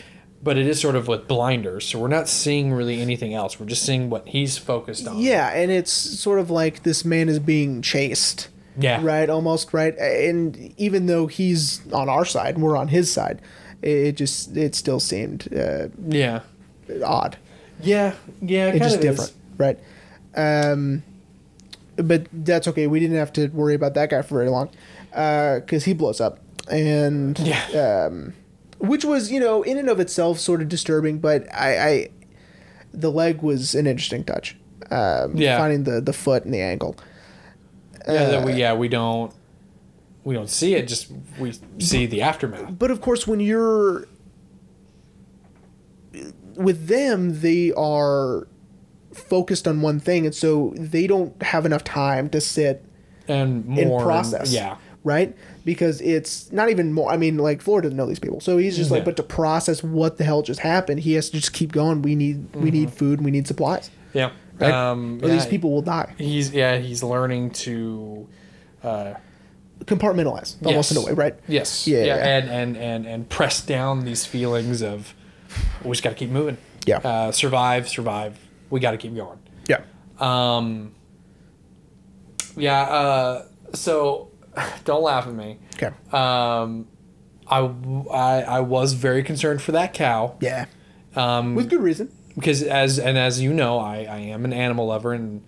[SPEAKER 2] but it is sort of with blinders. So we're not seeing really anything else. We're just seeing what he's focused on.
[SPEAKER 3] Yeah, and it's sort of like this man is being chased.
[SPEAKER 2] Yeah.
[SPEAKER 3] Right, almost right, and even though he's on our side and we're on his side, it just it still seemed uh,
[SPEAKER 2] Yeah.
[SPEAKER 3] odd.
[SPEAKER 2] Yeah. Yeah. It
[SPEAKER 3] It's
[SPEAKER 2] kind
[SPEAKER 3] just
[SPEAKER 2] of is.
[SPEAKER 3] different, right? Um, but that's okay. We didn't have to worry about that guy for very long, because he blows up, and
[SPEAKER 2] Yeah.
[SPEAKER 3] which was you know in and of itself sort of disturbing. But I, I the leg was an interesting touch. Um,
[SPEAKER 2] Yeah.
[SPEAKER 3] finding uh, the the foot and the ankle.
[SPEAKER 2] yeah. That we, yeah. We don't. We don't see it. Just we see the aftermath.
[SPEAKER 3] But of course, when you're with them, they are focused on one thing, and so they don't have enough time to sit
[SPEAKER 2] And more.
[SPEAKER 3] in
[SPEAKER 2] and-
[SPEAKER 3] process.
[SPEAKER 2] Yeah.
[SPEAKER 3] Right? Because it's not even more. I mean, like, Florida doesn't know these people. So he's just
[SPEAKER 2] Yeah.
[SPEAKER 3] like, but to process what the hell just happened, he has to just keep going. We need we need food, we need supplies.
[SPEAKER 2] Yeah. Mm-hmm.
[SPEAKER 3] Right?
[SPEAKER 2] Um,
[SPEAKER 3] or these
[SPEAKER 2] yeah,
[SPEAKER 3] people will die.
[SPEAKER 2] He's yeah. He's learning to.
[SPEAKER 3] Compartmentalize, almost in a
[SPEAKER 2] Yes.
[SPEAKER 3] way, right?
[SPEAKER 2] Yes.
[SPEAKER 3] Yeah,
[SPEAKER 2] Yeah.
[SPEAKER 3] yeah, yeah.
[SPEAKER 2] And, and and and press down these feelings of we just got to keep moving.
[SPEAKER 3] Yeah.
[SPEAKER 2] Uh, survive, survive. We got to keep going.
[SPEAKER 3] Yeah.
[SPEAKER 2] Yeah. Uh, so, don't laugh at me. Um,
[SPEAKER 3] Okay.
[SPEAKER 2] Uh, I, I I was very concerned for that cow
[SPEAKER 3] yeah.
[SPEAKER 2] um,
[SPEAKER 3] With good reason.
[SPEAKER 2] because as and as you know, I I am an animal lover and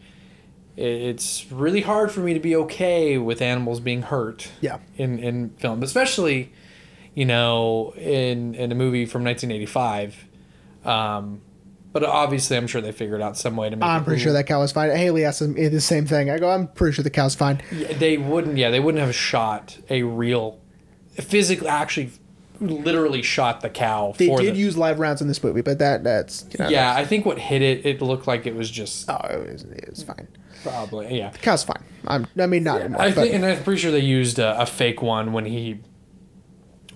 [SPEAKER 2] i- it's really hard for me to be okay with animals being hurt.
[SPEAKER 3] Yeah.
[SPEAKER 2] In in film, especially, you know, in in a movie from 1985. Um, but obviously, I'm sure they figured out some way to make.
[SPEAKER 3] I'm
[SPEAKER 2] it
[SPEAKER 3] pretty sure that cow is fine. Haley asked me the same thing. I go, I'm pretty sure the cow's fine.
[SPEAKER 2] Yeah, they wouldn't yeah they wouldn't have shot a real physically actually literally shot the cow
[SPEAKER 3] They
[SPEAKER 2] for
[SPEAKER 3] did
[SPEAKER 2] the,
[SPEAKER 3] use live rounds in this movie, but that that's you know,
[SPEAKER 2] yeah i think what hit it it looked like it was just
[SPEAKER 3] Oh, it was, it was fine.
[SPEAKER 2] probably yeah
[SPEAKER 3] Cow's fine. I'm. I mean, not anymore.
[SPEAKER 2] i
[SPEAKER 3] but
[SPEAKER 2] think and i'm pretty sure they used a, a fake one when he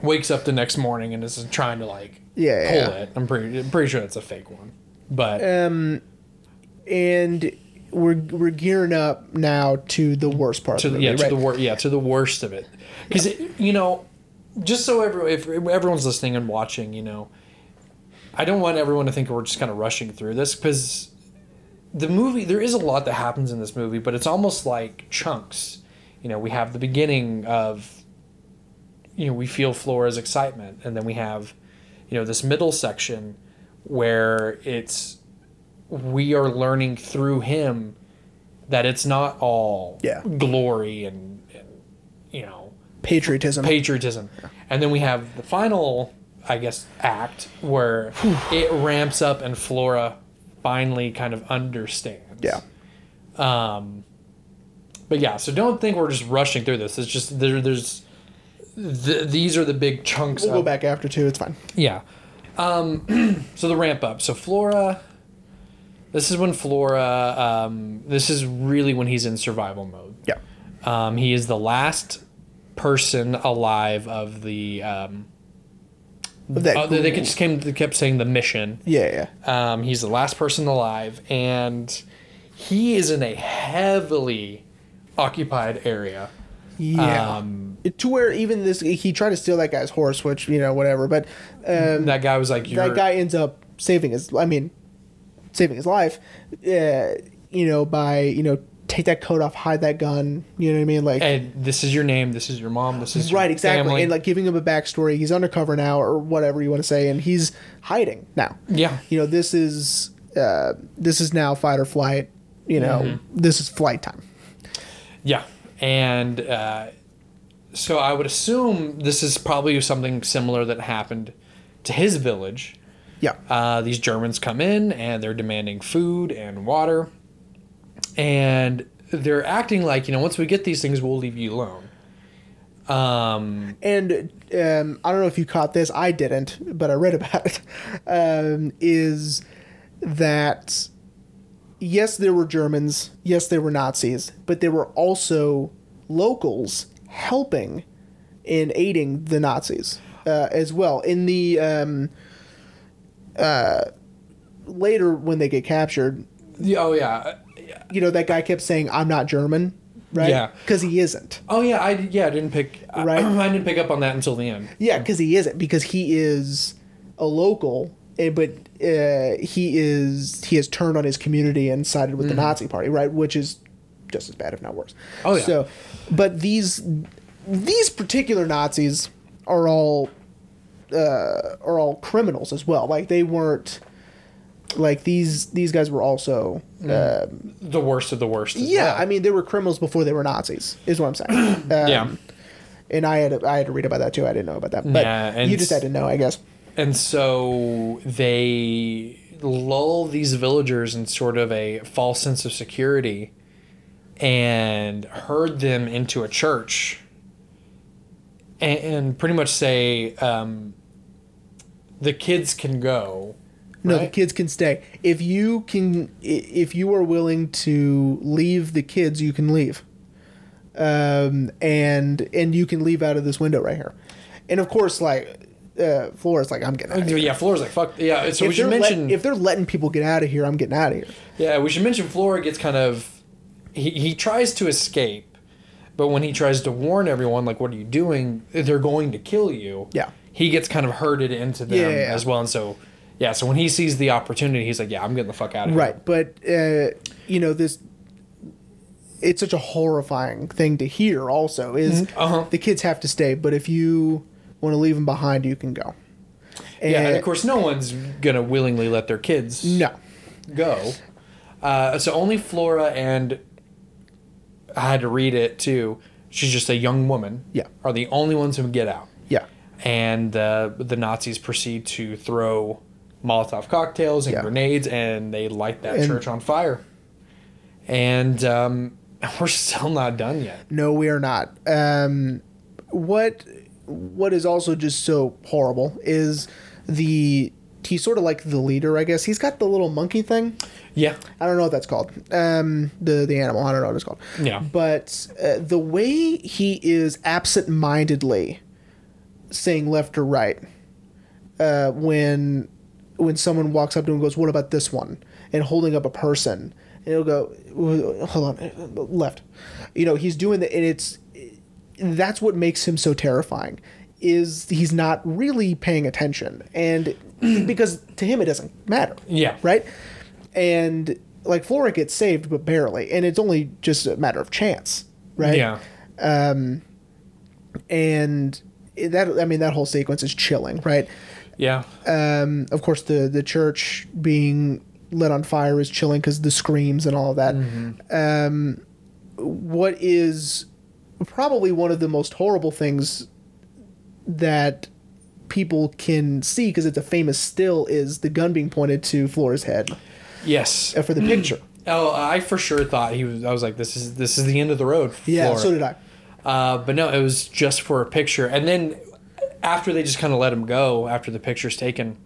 [SPEAKER 2] wakes up the next morning and is trying to like
[SPEAKER 3] Yeah, yeah,
[SPEAKER 2] pull
[SPEAKER 3] yeah.
[SPEAKER 2] it i'm pretty I'm pretty sure that's a fake one but
[SPEAKER 3] and we're we're gearing up now to the worst part.
[SPEAKER 2] to
[SPEAKER 3] of
[SPEAKER 2] the,
[SPEAKER 3] the
[SPEAKER 2] yeah
[SPEAKER 3] movie,
[SPEAKER 2] to
[SPEAKER 3] right?
[SPEAKER 2] the wor- yeah to the worst of it because you know just so every if everyone's listening and watching you know I don't want everyone to think we're just kind of rushing through this because the movie there is a lot that happens in this movie but it's almost like chunks you know we have the beginning of you know we feel Flora's excitement and then we have you know this middle section where it's we are learning through him that it's not all
[SPEAKER 3] Yeah.
[SPEAKER 2] glory and, and you know
[SPEAKER 3] patriotism.
[SPEAKER 2] patriotism and then we have the final i guess act where it ramps up and flora finally kind of understands
[SPEAKER 3] yeah.
[SPEAKER 2] but yeah so don't think we're just rushing through this it's just there there's th- these are the big chunks
[SPEAKER 3] We'll go
[SPEAKER 2] of
[SPEAKER 3] back after too. It's fine.
[SPEAKER 2] Yeah. Um, so the ramp up. So Flora. This is when Flora. Um, this is really when he's in survival mode.
[SPEAKER 3] Yeah.
[SPEAKER 2] Um, he is the last person alive of the. Um,
[SPEAKER 3] That
[SPEAKER 2] oh, they they just came. They kept saying the mission.
[SPEAKER 3] yeah, yeah.
[SPEAKER 2] Um, he's the last person alive, and he is in a heavily occupied area.
[SPEAKER 3] Yeah.
[SPEAKER 2] Um,
[SPEAKER 3] to where even this he tried to steal that guy's horse, which, you know, whatever, but um,
[SPEAKER 2] That guy was like, You're,
[SPEAKER 3] that guy ends up saving his I mean saving his life uh, you know by, you know, take that coat off, hide that gun, you know what I mean? Like
[SPEAKER 2] And this is your name. This is your mom. This is your
[SPEAKER 3] right exactly
[SPEAKER 2] family."
[SPEAKER 3] and like giving him a backstory he's undercover now or whatever you want to say and he's hiding now
[SPEAKER 2] Yeah.
[SPEAKER 3] you know this is uh, this is now fight or flight you know this is flight time
[SPEAKER 2] Yeah, and uh, so I would assume this is probably something similar that happened to his village.
[SPEAKER 3] yeah
[SPEAKER 2] Uh, these Germans come in and they're demanding food and water, and they're acting like you know once we get these things we'll leave you alone. Um,
[SPEAKER 3] and um, I don't know if you caught this. I didn't, but I read about it. Um, is that yes, there were Germans. Yes, there were Nazis, but there were also locals helping in aiding the Nazis uh, as well. In the um, uh, later when they get captured,
[SPEAKER 2] yeah, oh yeah,
[SPEAKER 3] you know that guy kept saying, "I'm not German," right?
[SPEAKER 2] Yeah.
[SPEAKER 3] because he isn't.
[SPEAKER 2] oh yeah, I yeah I didn't pick right.
[SPEAKER 3] Right.
[SPEAKER 2] I, didn't pick up on that until the end.
[SPEAKER 3] Yeah, because he isn't because he is a local, eh, but uh, he is he has turned on his community and sided with the Nazi party, right? Which is just as bad, if not worse.
[SPEAKER 2] Mm-hmm. Oh, yeah.
[SPEAKER 3] So, but these these particular Nazis are all uh, are all criminals as well. Like they weren't like these these guys were also
[SPEAKER 2] Mm-hmm.
[SPEAKER 3] uh,
[SPEAKER 2] The worst of the worst. as
[SPEAKER 3] yeah.
[SPEAKER 2] well.
[SPEAKER 3] I mean, they were criminals before they were Nazis, is what I'm saying. Um,
[SPEAKER 2] yeah.
[SPEAKER 3] And I had to, I had to read about that too. I didn't know about that, but
[SPEAKER 2] Yeah, and
[SPEAKER 3] you just
[SPEAKER 2] s-
[SPEAKER 3] had to know, I guess.
[SPEAKER 2] And so they lull these villagers in sort of a false sense of security and herd them into a church and, and pretty much say um, the kids can go.
[SPEAKER 3] No, the
[SPEAKER 2] right?
[SPEAKER 3] kids can stay. If you can, i- if you are willing to leave the kids, you can leave, um, and and you can leave out of this window right here. And of course, like uh, Flora's like, I'm getting out of here.
[SPEAKER 2] Yeah, Flora's like, fuck. Yeah, so we should
[SPEAKER 3] If they're, let-
[SPEAKER 2] mention.
[SPEAKER 3] if they're letting people get out of here, I'm getting out of here.
[SPEAKER 2] Yeah, we should mention Flora gets kind of he, he tries to escape, but when he tries to warn everyone, like, what are you doing? They're going to kill you.
[SPEAKER 3] Yeah.
[SPEAKER 2] He gets kind of herded into them
[SPEAKER 3] Yeah, yeah, yeah.
[SPEAKER 2] as well. And so yeah, so when he sees the opportunity, he's like, Yeah, I'm getting the fuck out of here.
[SPEAKER 3] Right, but uh, you know this. It's such a horrifying thing to hear. Also, is
[SPEAKER 2] uh-huh.
[SPEAKER 3] the kids have to stay, but if you want to leave them behind, you can go.
[SPEAKER 2] Yeah, and of course no one's gonna willingly let their kids
[SPEAKER 3] no.
[SPEAKER 2] go. Uh, so only Flora and I had to read it too. She's just a young woman.
[SPEAKER 3] Yeah.
[SPEAKER 2] Are the only ones who get out.
[SPEAKER 3] Yeah,
[SPEAKER 2] and uh, the Nazis proceed to throw Molotov cocktails and
[SPEAKER 3] Yeah.
[SPEAKER 2] grenades, and they light that
[SPEAKER 3] And-
[SPEAKER 2] church on fire. And um, we're still not done yet.
[SPEAKER 3] no, we are not. Um, what what is also just so horrible is the he's sort of like the leader, I guess. He's got the little monkey thing.
[SPEAKER 2] Yeah,
[SPEAKER 3] I don't know what that's called. Um, the the animal. I don't know what it's called.
[SPEAKER 2] Yeah.
[SPEAKER 3] But uh, the way he is absent-mindedly saying left or right uh, when when someone walks up to him and goes, "What about this one?" and holding up a person, and he'll go, "Wh- "Hold on, left." You know, he's doing the, and it's that's what makes him so terrifying is he's not really paying attention and because to him it doesn't matter
[SPEAKER 2] Yeah.
[SPEAKER 3] right and like flora gets saved but barely and it's only just a matter of chance right
[SPEAKER 2] yeah,
[SPEAKER 3] and it- that i mean that whole sequence is chilling right
[SPEAKER 2] yeah.
[SPEAKER 3] um of course the the church being lit on fire is chilling because the screams and all of that um what is probably one of the most horrible things that people can see because it's a famous still is the gun being pointed to flora's head
[SPEAKER 2] yes.
[SPEAKER 3] uh, for the picture
[SPEAKER 2] Oh, I for sure thought he was. I was like, this is this is the end of the road.
[SPEAKER 3] yeah
[SPEAKER 2] Flora.
[SPEAKER 3] so did i
[SPEAKER 2] Uh, but no, it was just for a picture. And then after they just kind of let him go, after the picture's taken,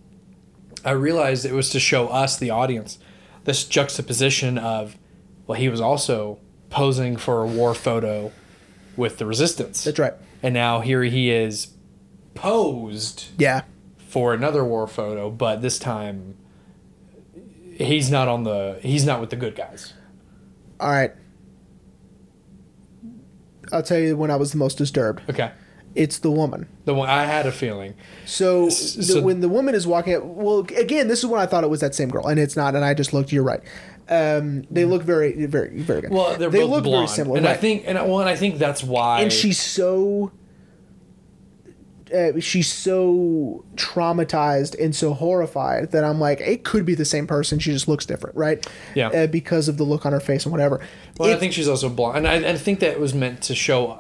[SPEAKER 2] I realized it was to show us, the audience, this juxtaposition of, well, he was also posing for a war photo with the resistance.
[SPEAKER 3] that's right
[SPEAKER 2] And now here he is posed
[SPEAKER 3] yeah
[SPEAKER 2] for another war photo, but this time he's not on the he's not with the good guys.
[SPEAKER 3] all right i'll tell you when i was the most disturbed
[SPEAKER 2] Okay.
[SPEAKER 3] it's the woman
[SPEAKER 2] The one I had a feeling.
[SPEAKER 3] So,
[SPEAKER 2] S-
[SPEAKER 3] the,
[SPEAKER 2] so-
[SPEAKER 3] when the woman is walking, out, well, again, this is when I thought it was that same girl, and it's not. And I just looked. You're right. Um, they look very, very, very good.
[SPEAKER 2] Mm-hmm. Well, they're
[SPEAKER 3] they
[SPEAKER 2] both
[SPEAKER 3] look
[SPEAKER 2] blonde,
[SPEAKER 3] very similar,
[SPEAKER 2] and I
[SPEAKER 3] right.
[SPEAKER 2] think, and I- well, and I think that's why.
[SPEAKER 3] and she's so. Uh, she's so traumatized and so horrified that I'm like, it could be the same person. She just looks different, right?
[SPEAKER 2] Yeah.
[SPEAKER 3] Uh, because of the look on her face and whatever.
[SPEAKER 2] Well, I
[SPEAKER 3] It-
[SPEAKER 2] think she's also blonde, and I, and I think that was meant to show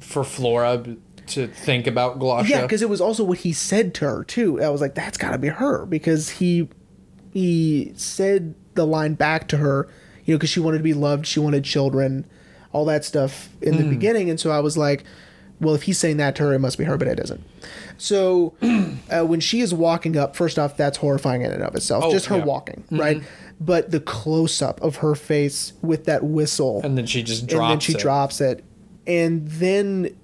[SPEAKER 2] for Flora b- to think about Glasha.
[SPEAKER 3] Yeah, because it was also what he said to her too. I was like, that's got to be her because he he said the line back to her. you know, because she wanted to be loved, she wanted children, all that stuff in
[SPEAKER 2] Hmm.
[SPEAKER 3] the beginning. And so I was like, well, if he's saying that to her, it must be her, but it isn't. So uh, when she is walking up, first off, that's horrifying in and of itself. Just her
[SPEAKER 2] Oh, yeah. Mm-hmm.
[SPEAKER 3] walking, right? But the close up of her face with that whistle
[SPEAKER 2] and then she just drops
[SPEAKER 3] and then she
[SPEAKER 2] it.
[SPEAKER 3] drops it and then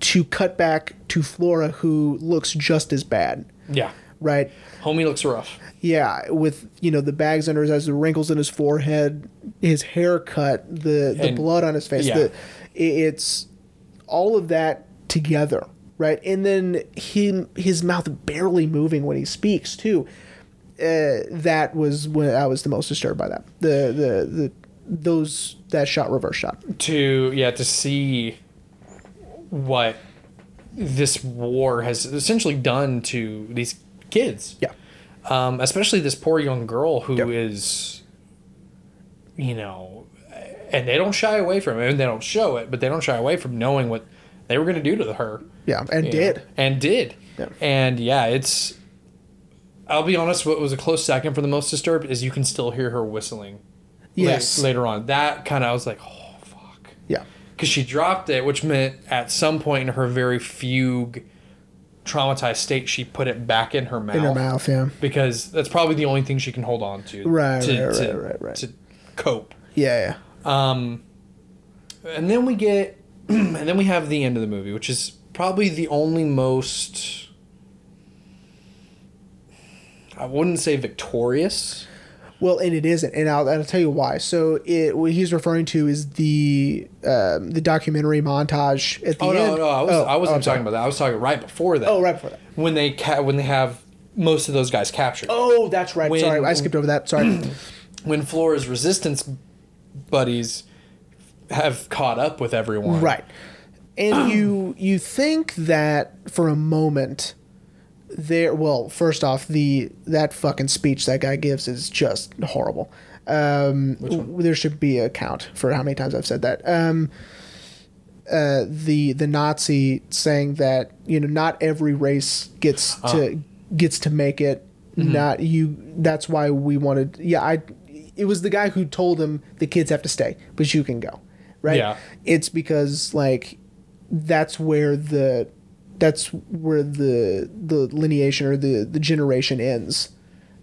[SPEAKER 3] to cut back to flora who looks just as bad
[SPEAKER 2] Yeah,
[SPEAKER 3] right
[SPEAKER 2] homie looks rough.
[SPEAKER 3] yeah with you know the bags under his eyes the wrinkles in his forehead his haircut the the
[SPEAKER 2] And-
[SPEAKER 3] blood on his face
[SPEAKER 2] yeah.
[SPEAKER 3] the, i- it's all of that together right and then him his mouth barely moving when he speaks too uh, that was when i was the most disturbed by that the the the those that shot reverse shot
[SPEAKER 2] to yeah to see what this war has essentially done to these kids
[SPEAKER 3] yeah
[SPEAKER 2] um, especially this poor young girl who is,
[SPEAKER 3] Yep.
[SPEAKER 2] you know and they don't shy away from it and they don't show it but they don't shy away from knowing what they were going to do to her
[SPEAKER 3] Yeah, and
[SPEAKER 2] you
[SPEAKER 3] did.
[SPEAKER 2] know, and did
[SPEAKER 3] Yep.
[SPEAKER 2] and yeah it's i'll be honest what was a close second for the most disturbed is you can still hear her whistling la-
[SPEAKER 3] Yes.
[SPEAKER 2] later on that kind of i was like oh fuck
[SPEAKER 3] Yeah.
[SPEAKER 2] because she dropped it, which meant at some point in her very fugue, traumatized state, she put it back in her mouth.
[SPEAKER 3] In her mouth, yeah.
[SPEAKER 2] Because that's probably the only thing she can hold on to.
[SPEAKER 3] Right,
[SPEAKER 2] to,
[SPEAKER 3] right,
[SPEAKER 2] to-
[SPEAKER 3] right, right, right.
[SPEAKER 2] To cope.
[SPEAKER 3] Yeah,
[SPEAKER 2] And then we get, and then we have the end of the movie, which is probably the only most. I wouldn't say victorious.
[SPEAKER 3] yeah. Well, and it isn't, and I'll, I'll tell you why. So, it what he's referring to is the um, the documentary montage at the
[SPEAKER 2] Oh
[SPEAKER 3] end.
[SPEAKER 2] no, no, I was I
[SPEAKER 3] Oh,
[SPEAKER 2] wasn't
[SPEAKER 3] oh, I'm
[SPEAKER 2] talking
[SPEAKER 3] sorry.
[SPEAKER 2] about that. I was talking right before that.
[SPEAKER 3] Oh, right before that.
[SPEAKER 2] When they ca- when they have most of those guys captured.
[SPEAKER 3] Oh, that's right.
[SPEAKER 2] When-
[SPEAKER 3] sorry, I skipped over that. Sorry.
[SPEAKER 2] when Flora's resistance buddies have caught up with everyone.
[SPEAKER 3] right, and you you think that for a moment. There, well, first off, the that fucking speech that guy gives is just horrible. Um, there should be a count for how many times I've said that. Um, uh, the the Nazi saying that you know not every race gets to gets to make it. Not you. That's why we wanted. Yeah, I. It was the guy who told him the kids have to stay, but you can go. Right.
[SPEAKER 2] Yeah.
[SPEAKER 3] It's because like that's where the that's where the the lineation or the the generation ends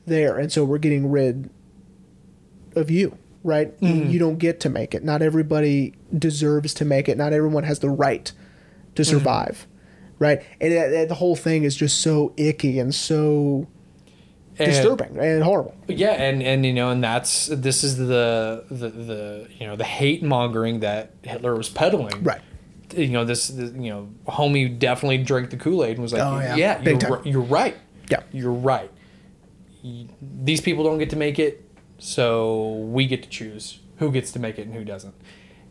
[SPEAKER 3] there, and so we're getting rid of you, right?
[SPEAKER 2] Mm-hmm.
[SPEAKER 3] You don't get to make it. Not everybody deserves to make it. Not everyone has the right
[SPEAKER 2] Mm-hmm.
[SPEAKER 3] to survive, right? And that, that- the whole thing is just so icky and so
[SPEAKER 2] And-
[SPEAKER 3] disturbing and horrible.
[SPEAKER 2] Yeah, and and you know, and that's this is the the, the you know the hate mongering that Hitler was peddling.
[SPEAKER 3] Right.
[SPEAKER 2] You know this, this. You know, homie definitely drank the Kool Aid and was like,
[SPEAKER 3] Oh, yeah.
[SPEAKER 2] "Yeah,
[SPEAKER 3] Big
[SPEAKER 2] you're,
[SPEAKER 3] time.
[SPEAKER 2] ri- you're right.
[SPEAKER 3] Yeah.
[SPEAKER 2] You're right. You- These people don't get to make it, so we get to choose who gets to make it and who doesn't.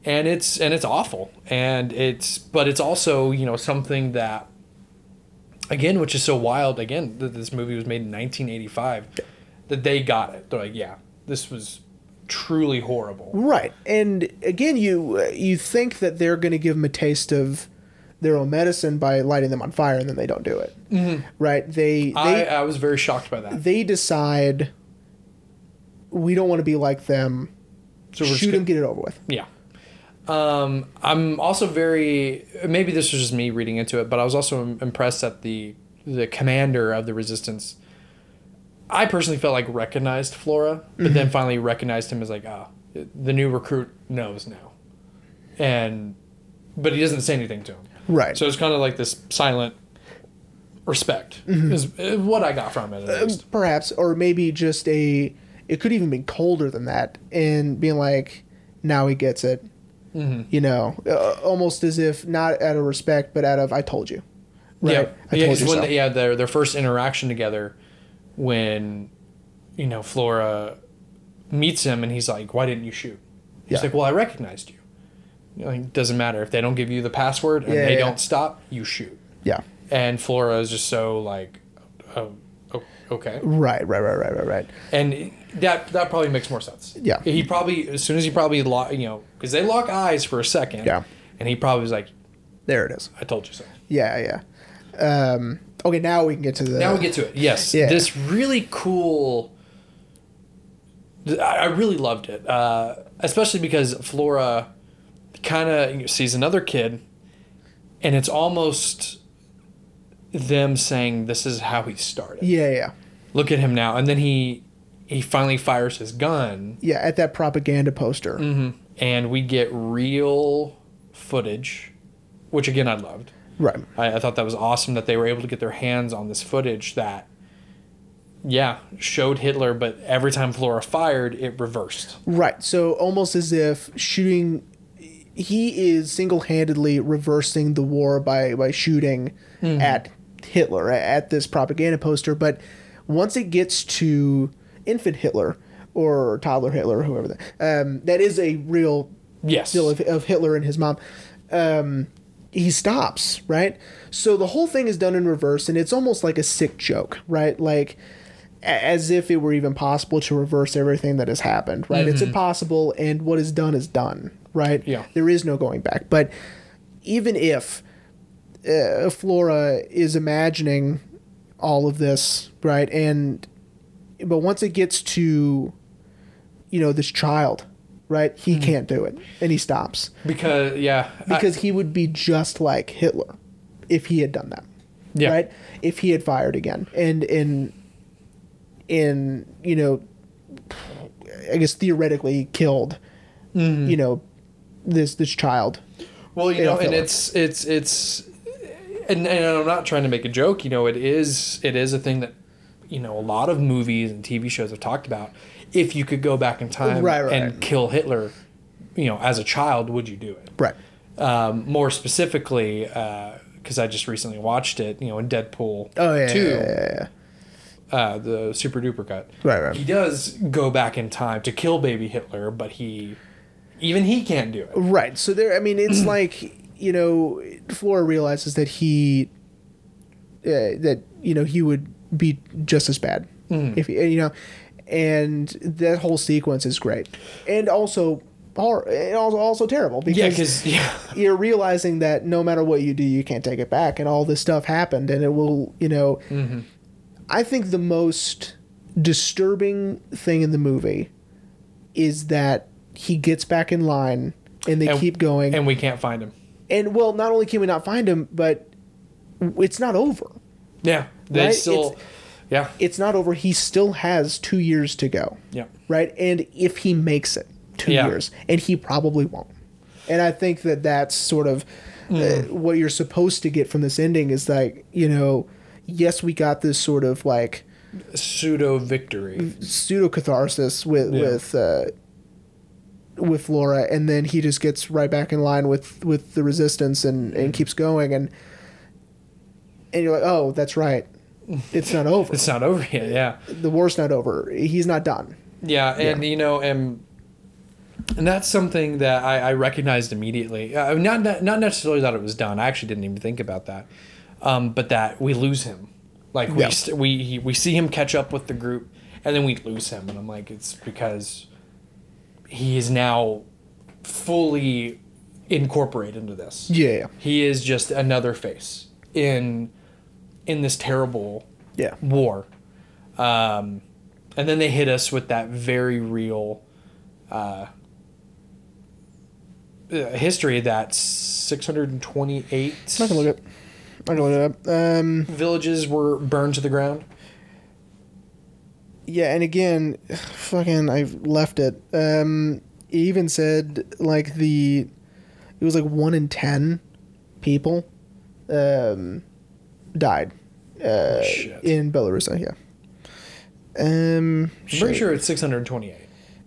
[SPEAKER 2] And it's and it's awful. And it's but it's also you know something that again, which is so wild. Again, that this movie was made in 1985. That they got it. They're like, yeah, this was truly horrible.
[SPEAKER 3] Right. And again, you you think that they're going to give them a taste of their own medicine by lighting them on fire, and then they don't do it. Right. They they
[SPEAKER 2] Mm-hmm. I, I was very shocked by that.
[SPEAKER 3] they decide we don't want to be like them.
[SPEAKER 2] So we're just
[SPEAKER 3] Shoot
[SPEAKER 2] gonna-
[SPEAKER 3] them, get it over with.
[SPEAKER 2] Yeah. Um, I'm also very maybe this was just me reading into it, but I was also im- impressed that the the commander of the resistance. I personally felt like recognized Flora, but then finally recognized him as like, ah, the new recruit knows now, and but he doesn't say anything to him.
[SPEAKER 3] Right.
[SPEAKER 2] So it's kind of like this silent respect is is what I got from it.
[SPEAKER 3] Um,
[SPEAKER 2] At least.
[SPEAKER 3] perhaps, or maybe just a. It could even be colder than that, and being like, now he gets it.
[SPEAKER 2] Mm-hmm.
[SPEAKER 3] You know, uh, almost as if not out of respect, but out of I told you. Right.
[SPEAKER 2] Yeah,
[SPEAKER 3] I
[SPEAKER 2] yeah,
[SPEAKER 3] told
[SPEAKER 2] 'cause
[SPEAKER 3] you
[SPEAKER 2] when
[SPEAKER 3] so.
[SPEAKER 2] they, yeah, their their first interaction together, when, you know, Flora meets him and he's like, "Why didn't you shoot?" He's
[SPEAKER 3] Yeah.
[SPEAKER 2] like, "Well, I recognized you." You know, Like, doesn't matter if they don't give you the password and
[SPEAKER 3] Yeah,
[SPEAKER 2] they
[SPEAKER 3] yeah.
[SPEAKER 2] don't stop, you shoot.
[SPEAKER 3] yeah.
[SPEAKER 2] And Flora is just so like, oh, oh, okay,
[SPEAKER 3] Right. Right. Right. Right. Right. Right.
[SPEAKER 2] and that that probably makes more sense.
[SPEAKER 3] Yeah.
[SPEAKER 2] he probably as soon as he probably lock, you know, because they lock eyes for a second.
[SPEAKER 3] Yeah.
[SPEAKER 2] and he probably was like,
[SPEAKER 3] There it is.
[SPEAKER 2] "I told you so."
[SPEAKER 3] Yeah. Yeah. Um, okay. Now we can get to the.
[SPEAKER 2] Now we get to it. Yes,
[SPEAKER 3] Yeah.
[SPEAKER 2] this really cool I I really loved it, uh, especially because Flora kind of sees another kid, and it's almost them saying, "This is how he started.
[SPEAKER 3] Yeah, yeah,
[SPEAKER 2] Look at him now." And then he he finally fires his gun,
[SPEAKER 3] yeah. At that propaganda poster,
[SPEAKER 2] Mm-hmm. and we get real footage, which again I loved.
[SPEAKER 3] right?
[SPEAKER 2] I, I thought that was awesome that they were able to get their hands on this footage that, yeah, showed Hitler, but every time Flora fired, it reversed.
[SPEAKER 3] Right. So almost as if shooting he is single-handedly reversing the war by by shooting at Hitler at this propaganda poster, but once it gets to infant Hitler or toddler Hitler, whoever that um, that is a real
[SPEAKER 2] Yes.
[SPEAKER 3] still of, of Hitler and his mom, um, he stops, right? So the whole thing is done in reverse, and it's almost like a sick joke, right? Like a- as if it were even possible to reverse everything that has happened, right? It's impossible, and what is done is done, right?
[SPEAKER 2] Mm-hmm. Yeah.
[SPEAKER 3] There is no going back. But even if uh, Flora is imagining all of this, right? And but once it gets to you know this child, right? He can't do it, and he stops
[SPEAKER 2] because yeah, Mm-hmm. I-
[SPEAKER 3] because he would be just like Hitler if he had done that,
[SPEAKER 2] yeah,
[SPEAKER 3] right? If he had fired again, and in in you know, I guess theoretically killed, you know, this this child,
[SPEAKER 2] Well, you
[SPEAKER 3] Adolf
[SPEAKER 2] know, and
[SPEAKER 3] Hitler.
[SPEAKER 2] it's it's it's, and, and I'm not trying to make a joke. You know, it is it is a thing that, you know, a lot of movies and TV shows have talked about. If you could go back in time
[SPEAKER 3] Right, right.
[SPEAKER 2] and kill Hitler, you know, as a child, would you do it?
[SPEAKER 3] right?
[SPEAKER 2] Um, more specifically, because I just recently watched it. You know, in Deadpool
[SPEAKER 3] Oh yeah,
[SPEAKER 2] two,
[SPEAKER 3] yeah, yeah, yeah.
[SPEAKER 2] Uh, the super duper cut.
[SPEAKER 3] Right, right.
[SPEAKER 2] He does go back in time to kill baby Hitler, but he, even he can't do it.
[SPEAKER 3] Right. So there, I mean, it's like you know, Flora realizes that he, uh, that you know, he would be just as bad if he- you know, and that whole sequence is great, and also hor- and also also terrible
[SPEAKER 2] Yeah,
[SPEAKER 3] because
[SPEAKER 2] because yeah.
[SPEAKER 3] you're realizing that no matter what you do, you can't take it back, and all this stuff happened, and it will, you know.
[SPEAKER 2] Mm-hmm.
[SPEAKER 3] I think the most disturbing thing in the movie is that he gets back in line, and they
[SPEAKER 2] And-
[SPEAKER 3] keep going,
[SPEAKER 2] and we can't find him.
[SPEAKER 3] and well, not only can we not find him, but it's not over.
[SPEAKER 2] Yeah, they
[SPEAKER 3] Right?
[SPEAKER 2] still.
[SPEAKER 3] It's-
[SPEAKER 2] yeah,
[SPEAKER 3] It's not over. He still has two years to go,
[SPEAKER 2] yeah,
[SPEAKER 3] right? And if he makes it, two
[SPEAKER 2] Yeah.
[SPEAKER 3] years, and he probably won't. And I think that that's sort of uh,
[SPEAKER 2] Hmm.
[SPEAKER 3] what you're supposed to get from this ending is like, you know, yes, we got this sort of like
[SPEAKER 2] pseudo victory.
[SPEAKER 3] pseudo catharsis with
[SPEAKER 2] Yeah.
[SPEAKER 3] with uh, with Laura, and then he just gets right back in line with with the resistance and
[SPEAKER 2] Hmm.
[SPEAKER 3] and keeps going, and and you're like, oh, that's right, it's not over.
[SPEAKER 2] It's not over yet. Yeah,
[SPEAKER 3] the war's not over. He's not done.
[SPEAKER 2] yeah, and you know, and and that's something that I, I recognized immediately. Uh, not, not not necessarily that it was done. I actually didn't even think about that, um, but that we lose him. Like we
[SPEAKER 3] Yeah.
[SPEAKER 2] st- we he, we see him catch up with the group, and then we lose him. And I'm like, it's because he is now fully incorporated into this.
[SPEAKER 3] Yeah,
[SPEAKER 2] He is just another face in in this terrible
[SPEAKER 3] yeah,
[SPEAKER 2] war. Um, and then they hit us with that very real uh, uh, history that 628
[SPEAKER 3] I can look it. I can look it up. Um,
[SPEAKER 2] villages were burned to the ground.
[SPEAKER 3] yeah, and again, fucking, I left it. Um, it even said like the, it was like one in ten people, um, died
[SPEAKER 2] Shit.
[SPEAKER 3] Uh, in Belarus. Yeah. Um,
[SPEAKER 2] I'm pretty sure it's 628.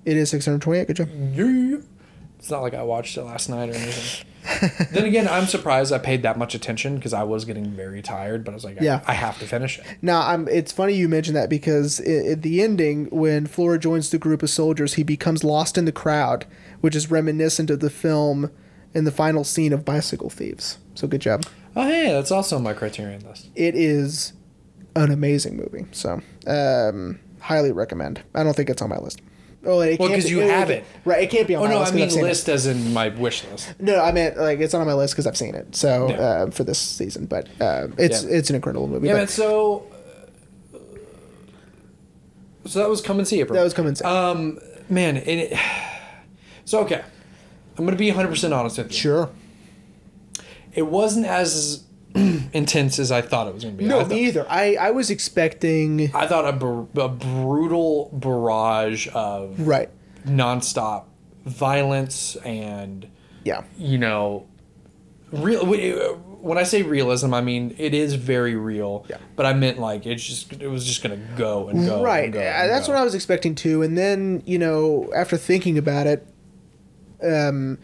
[SPEAKER 3] it is 628. Good job.
[SPEAKER 2] Mm. Yeah. It's not like I watched it last night or anything. then again, I'm surprised I paid that much attention because I was getting very tired, but I was like, I-
[SPEAKER 3] Yeah.
[SPEAKER 2] I have to finish it.
[SPEAKER 3] Now, I'm, it's funny you mentioned that because i at the ending, when Flora joins the group of soldiers, he becomes lost in the crowd, which is reminiscent of the film in the final scene of Bicycle Thieves. So good job.
[SPEAKER 2] Oh, hey, that's also on my criterion list.
[SPEAKER 3] It is an amazing movie. So um, highly recommend. I don't think it's on my list. Oh, it
[SPEAKER 2] Well,
[SPEAKER 3] can't
[SPEAKER 2] 'cause
[SPEAKER 3] be-
[SPEAKER 2] you
[SPEAKER 3] it-
[SPEAKER 2] have
[SPEAKER 3] it-
[SPEAKER 2] it.
[SPEAKER 3] right? It can't be on
[SPEAKER 2] Oh
[SPEAKER 3] my
[SPEAKER 2] no,
[SPEAKER 3] list.
[SPEAKER 2] I
[SPEAKER 3] 'cause
[SPEAKER 2] mean
[SPEAKER 3] I've seen it.
[SPEAKER 2] list as in my wish list.
[SPEAKER 3] No, I meant like it's not on my list because I've seen it. So
[SPEAKER 2] Yeah.
[SPEAKER 3] uh, for this season, but um, it's
[SPEAKER 2] Yeah.
[SPEAKER 3] it's an incredible movie.
[SPEAKER 2] Yeah,
[SPEAKER 3] but-
[SPEAKER 2] man. So, So that was come and see April.
[SPEAKER 3] That was coming. soon.
[SPEAKER 2] Um, man, and it, so okay. I'm gonna be 100 percent honest with you.
[SPEAKER 3] sure.
[SPEAKER 2] It wasn't as intense as I thought it was gonna be.
[SPEAKER 3] No,
[SPEAKER 2] I thought,
[SPEAKER 3] me either. I, I was expecting
[SPEAKER 2] I thought a, br- a brutal barrage of
[SPEAKER 3] right.
[SPEAKER 2] nonstop violence and
[SPEAKER 3] Yeah.
[SPEAKER 2] you know, real. uh, When I say realism, I mean it is very real.
[SPEAKER 3] Yeah.
[SPEAKER 2] But I meant like it's just it was just gonna go and go.
[SPEAKER 3] right.
[SPEAKER 2] And go
[SPEAKER 3] Uh,
[SPEAKER 2] and
[SPEAKER 3] That's
[SPEAKER 2] go.
[SPEAKER 3] what I was expecting too. And then, you know, after thinking about it, um,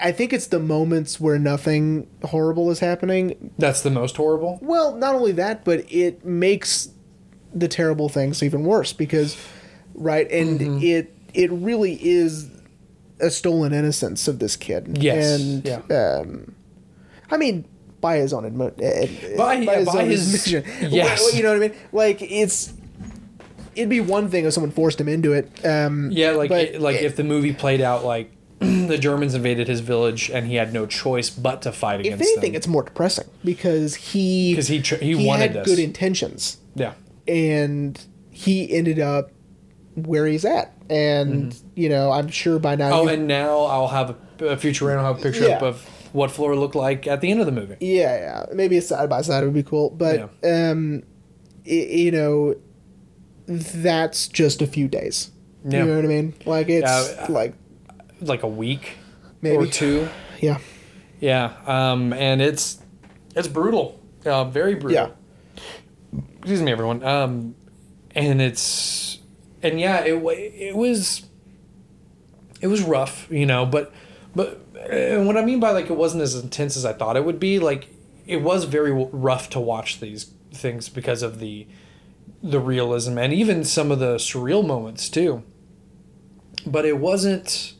[SPEAKER 3] I think it's the moments where nothing horrible is happening.
[SPEAKER 2] That's the most horrible.
[SPEAKER 3] Well, not only that, but it makes the terrible things even worse because, right? And
[SPEAKER 2] Mm-hmm.
[SPEAKER 3] it it really is a stolen innocence of this kid.
[SPEAKER 2] Yes.
[SPEAKER 3] And uh,
[SPEAKER 2] yeah.
[SPEAKER 3] I mean, by his own eh, admission.
[SPEAKER 2] By- yeah, by his- yes.
[SPEAKER 3] Well, you know what I mean? Like, it's. It'd be one thing if someone forced him into it. Um,
[SPEAKER 2] Yeah, like
[SPEAKER 3] but-
[SPEAKER 2] like if the movie played out like the Germans invaded his village and he had no choice but to fight
[SPEAKER 3] if
[SPEAKER 2] against
[SPEAKER 3] anything,
[SPEAKER 2] them.
[SPEAKER 3] it's more depressing because he
[SPEAKER 2] 'Cause he tr- he wanted
[SPEAKER 3] had
[SPEAKER 2] this.
[SPEAKER 3] good intentions
[SPEAKER 2] yeah,
[SPEAKER 3] and he ended up where he's at. And you know, I'm sure by now.
[SPEAKER 2] Mm-hmm. Oh,
[SPEAKER 3] you-
[SPEAKER 2] and now I'll have a, a future and I'll have a picture
[SPEAKER 3] Yeah.
[SPEAKER 2] up of what Flora looked like at the end of the movie.
[SPEAKER 3] yeah, yeah, maybe a side by side would be cool, but um, i you know, that's just a few days.
[SPEAKER 2] Yeah.
[SPEAKER 3] You know what I mean? Like it's
[SPEAKER 2] Yeah, I-
[SPEAKER 3] like
[SPEAKER 2] Like a week
[SPEAKER 3] Maybe.
[SPEAKER 2] or two.
[SPEAKER 3] yeah,
[SPEAKER 2] Yeah, um, and it's it's brutal, uh, very brutal.
[SPEAKER 3] yeah.
[SPEAKER 2] Excuse me, everyone. Um, and it's and yeah, it wa- it was it was rough, you know. But but and what I mean by like it wasn't as intense as I thought it would be. Like it was very w- rough to watch these things because of the the realism and even some of the surreal moments too. But it wasn't.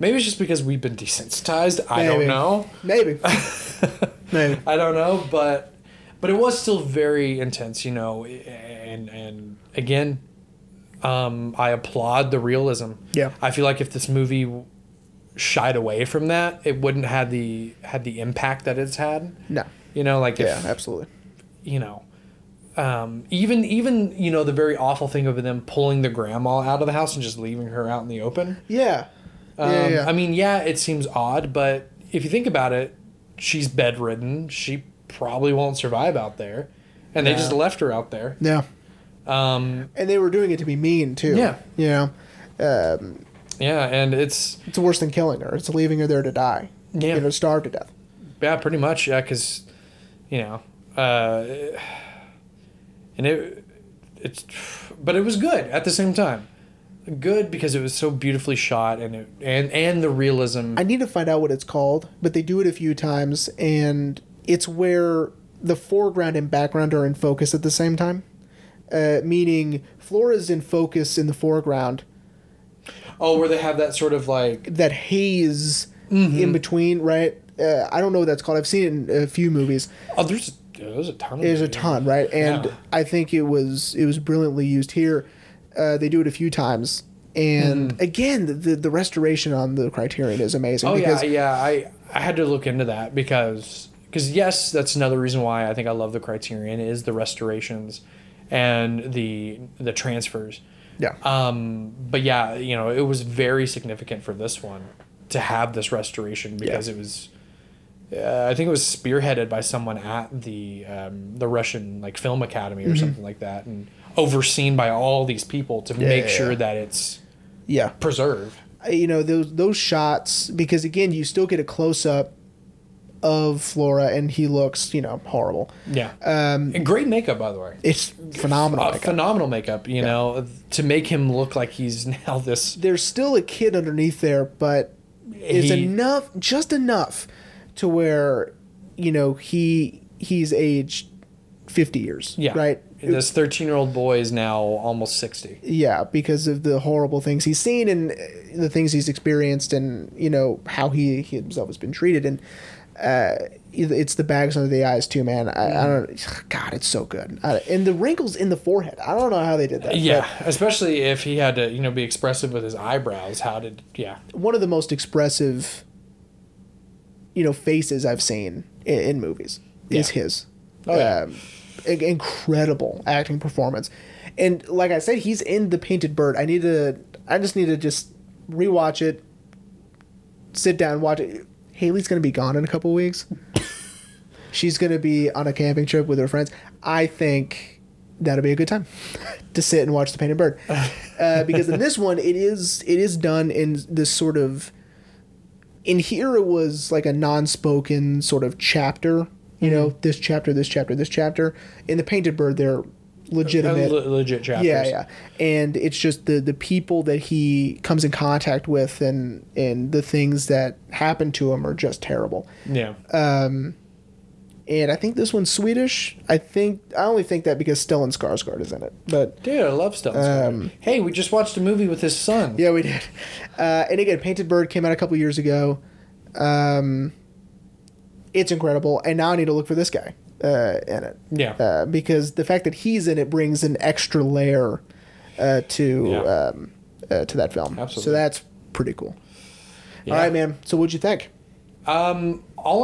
[SPEAKER 2] Maybe it's just because we've been desensitized. I don't
[SPEAKER 3] Maybe.
[SPEAKER 2] know.
[SPEAKER 3] Maybe. Maybe.
[SPEAKER 2] I don't know, but but it was still very intense, you know. And and again, um, I applaud the realism.
[SPEAKER 3] Yeah.
[SPEAKER 2] I feel like if this movie shied away from that, it wouldn't had the had the impact that it's had.
[SPEAKER 3] No.
[SPEAKER 2] You know, like if,
[SPEAKER 3] Yeah, absolutely.
[SPEAKER 2] you know, um, even even you know the very awful thing of them pulling the grandma out of the house and just leaving her out in the open.
[SPEAKER 3] Yeah.
[SPEAKER 2] Um,
[SPEAKER 3] yeah, yeah.
[SPEAKER 2] I mean, yeah, it seems odd, but if you think about it, she's bedridden. She probably won't survive out there, and they just left her out there.
[SPEAKER 3] yeah.
[SPEAKER 2] Um,
[SPEAKER 3] And they were doing it to be mean too.
[SPEAKER 2] Yeah.
[SPEAKER 3] You know,
[SPEAKER 2] yeah, and it's
[SPEAKER 3] it's worse than killing her. It's leaving her there to die.
[SPEAKER 2] Yeah.
[SPEAKER 3] You know, starve to death.
[SPEAKER 2] yeah, pretty much yeah, because you know, uh, and it it's but it was good at the same time. Good because it was so beautifully shot and it, and and the realism.
[SPEAKER 3] I need to find out what it's called, but they do it a few times, and it's where the foreground and background are in focus at the same time. Uh, meaning, Flora's in focus in the foreground.
[SPEAKER 2] oh, where they have that sort of like
[SPEAKER 3] That haze
[SPEAKER 2] Mm-hmm.
[SPEAKER 3] in between, right? Uh, I don't know what that's called. I've seen it in a few movies.
[SPEAKER 2] oh, there's there's a ton. Of
[SPEAKER 3] There's a
[SPEAKER 2] movies.
[SPEAKER 3] ton, right? And
[SPEAKER 2] Yeah.
[SPEAKER 3] I think it was it was brilliantly used here. Uh, they do it a few times, and again, the, the the restoration on the Criterion is amazing.
[SPEAKER 2] Mm-hmm. Oh
[SPEAKER 3] because
[SPEAKER 2] yeah, yeah. I I had to look into that because because yes, that's another reason why I think I love the Criterion is the restorations and the the transfers.
[SPEAKER 3] yeah,
[SPEAKER 2] Um, but yeah, you know, it was very significant for this one to have this restoration because it was. Uh, I think it was spearheaded by someone at the um, the Russian like film academy or
[SPEAKER 3] Mm-hmm.
[SPEAKER 2] something like that, and overseen by all these people to make
[SPEAKER 3] yeah,
[SPEAKER 2] sure
[SPEAKER 3] yeah.
[SPEAKER 2] that it's
[SPEAKER 3] yeah.
[SPEAKER 2] preserved.
[SPEAKER 3] you know those those shots because again you still get a close up of Flora and he looks you know horrible.
[SPEAKER 2] Yeah, um, and great makeup by the way.
[SPEAKER 3] It's phenomenal.
[SPEAKER 2] Uh,
[SPEAKER 3] Like,
[SPEAKER 2] phenomenal makeup, you know, to make him look like he's now this.
[SPEAKER 3] There's still a kid underneath there, but it's
[SPEAKER 2] He-
[SPEAKER 3] enough, just enough, to where you know he he's aged fifty years.
[SPEAKER 2] Yeah.
[SPEAKER 3] Right.
[SPEAKER 2] This 13 year old boy is now almost 60.
[SPEAKER 3] Yeah, because of the horrible things he's seen and uh, the things he's experienced, and you know how he, he himself has been treated, and uh, it- it's the bags under the eyes too, man. I, I don't. God, it's so good, I, and the wrinkles in the forehead. I don't know how they did that.
[SPEAKER 2] Yeah. Especially if he had to, you know, be expressive with his eyebrows. How did, yeah.
[SPEAKER 3] but one of the most expressive, you know, faces I've seen in, in movies is
[SPEAKER 2] Yeah.
[SPEAKER 3] his.
[SPEAKER 2] Oh, yeah.
[SPEAKER 3] Um, in- incredible acting performance. And like I said, he's in The Painted Bird. I need to. I just need to just rewatch it. Sit down, watch it. Haley's gonna be gone in a couple weeks. She's gonna be on a camping trip with her friends. I think that'll be a good time to sit and watch The Painted Bird, uh, because in this one it is it is done in this sort of in here it was like a non-spoken sort of chapter you know this chapter this chapter this chapter in the painted bird they're legitimate
[SPEAKER 2] Le- legit chapters.
[SPEAKER 3] yeah yeah and it's just the the people that he comes in contact with and and the things that happen to him are just terrible
[SPEAKER 2] Yeah.
[SPEAKER 3] and i think this one's swedish i think i only think that because stellan skarsgård is in it but
[SPEAKER 2] Dude, I love Stellan Skarsgård. hey, we just watched a movie with his son.
[SPEAKER 3] Um, Yeah, we did. Uh, and again, Painted Bird came out a couple years ago. Um, it's incredible, and now I need to look for this guy uh, in it
[SPEAKER 2] Yeah.
[SPEAKER 3] uh, because the fact that he's in it brings an extra layer uh, to
[SPEAKER 2] Yeah.
[SPEAKER 3] um, uh, to that film. So
[SPEAKER 2] Absolutely.
[SPEAKER 3] that's pretty cool.
[SPEAKER 2] Yeah.
[SPEAKER 3] All right, man. So what'd you think?
[SPEAKER 2] all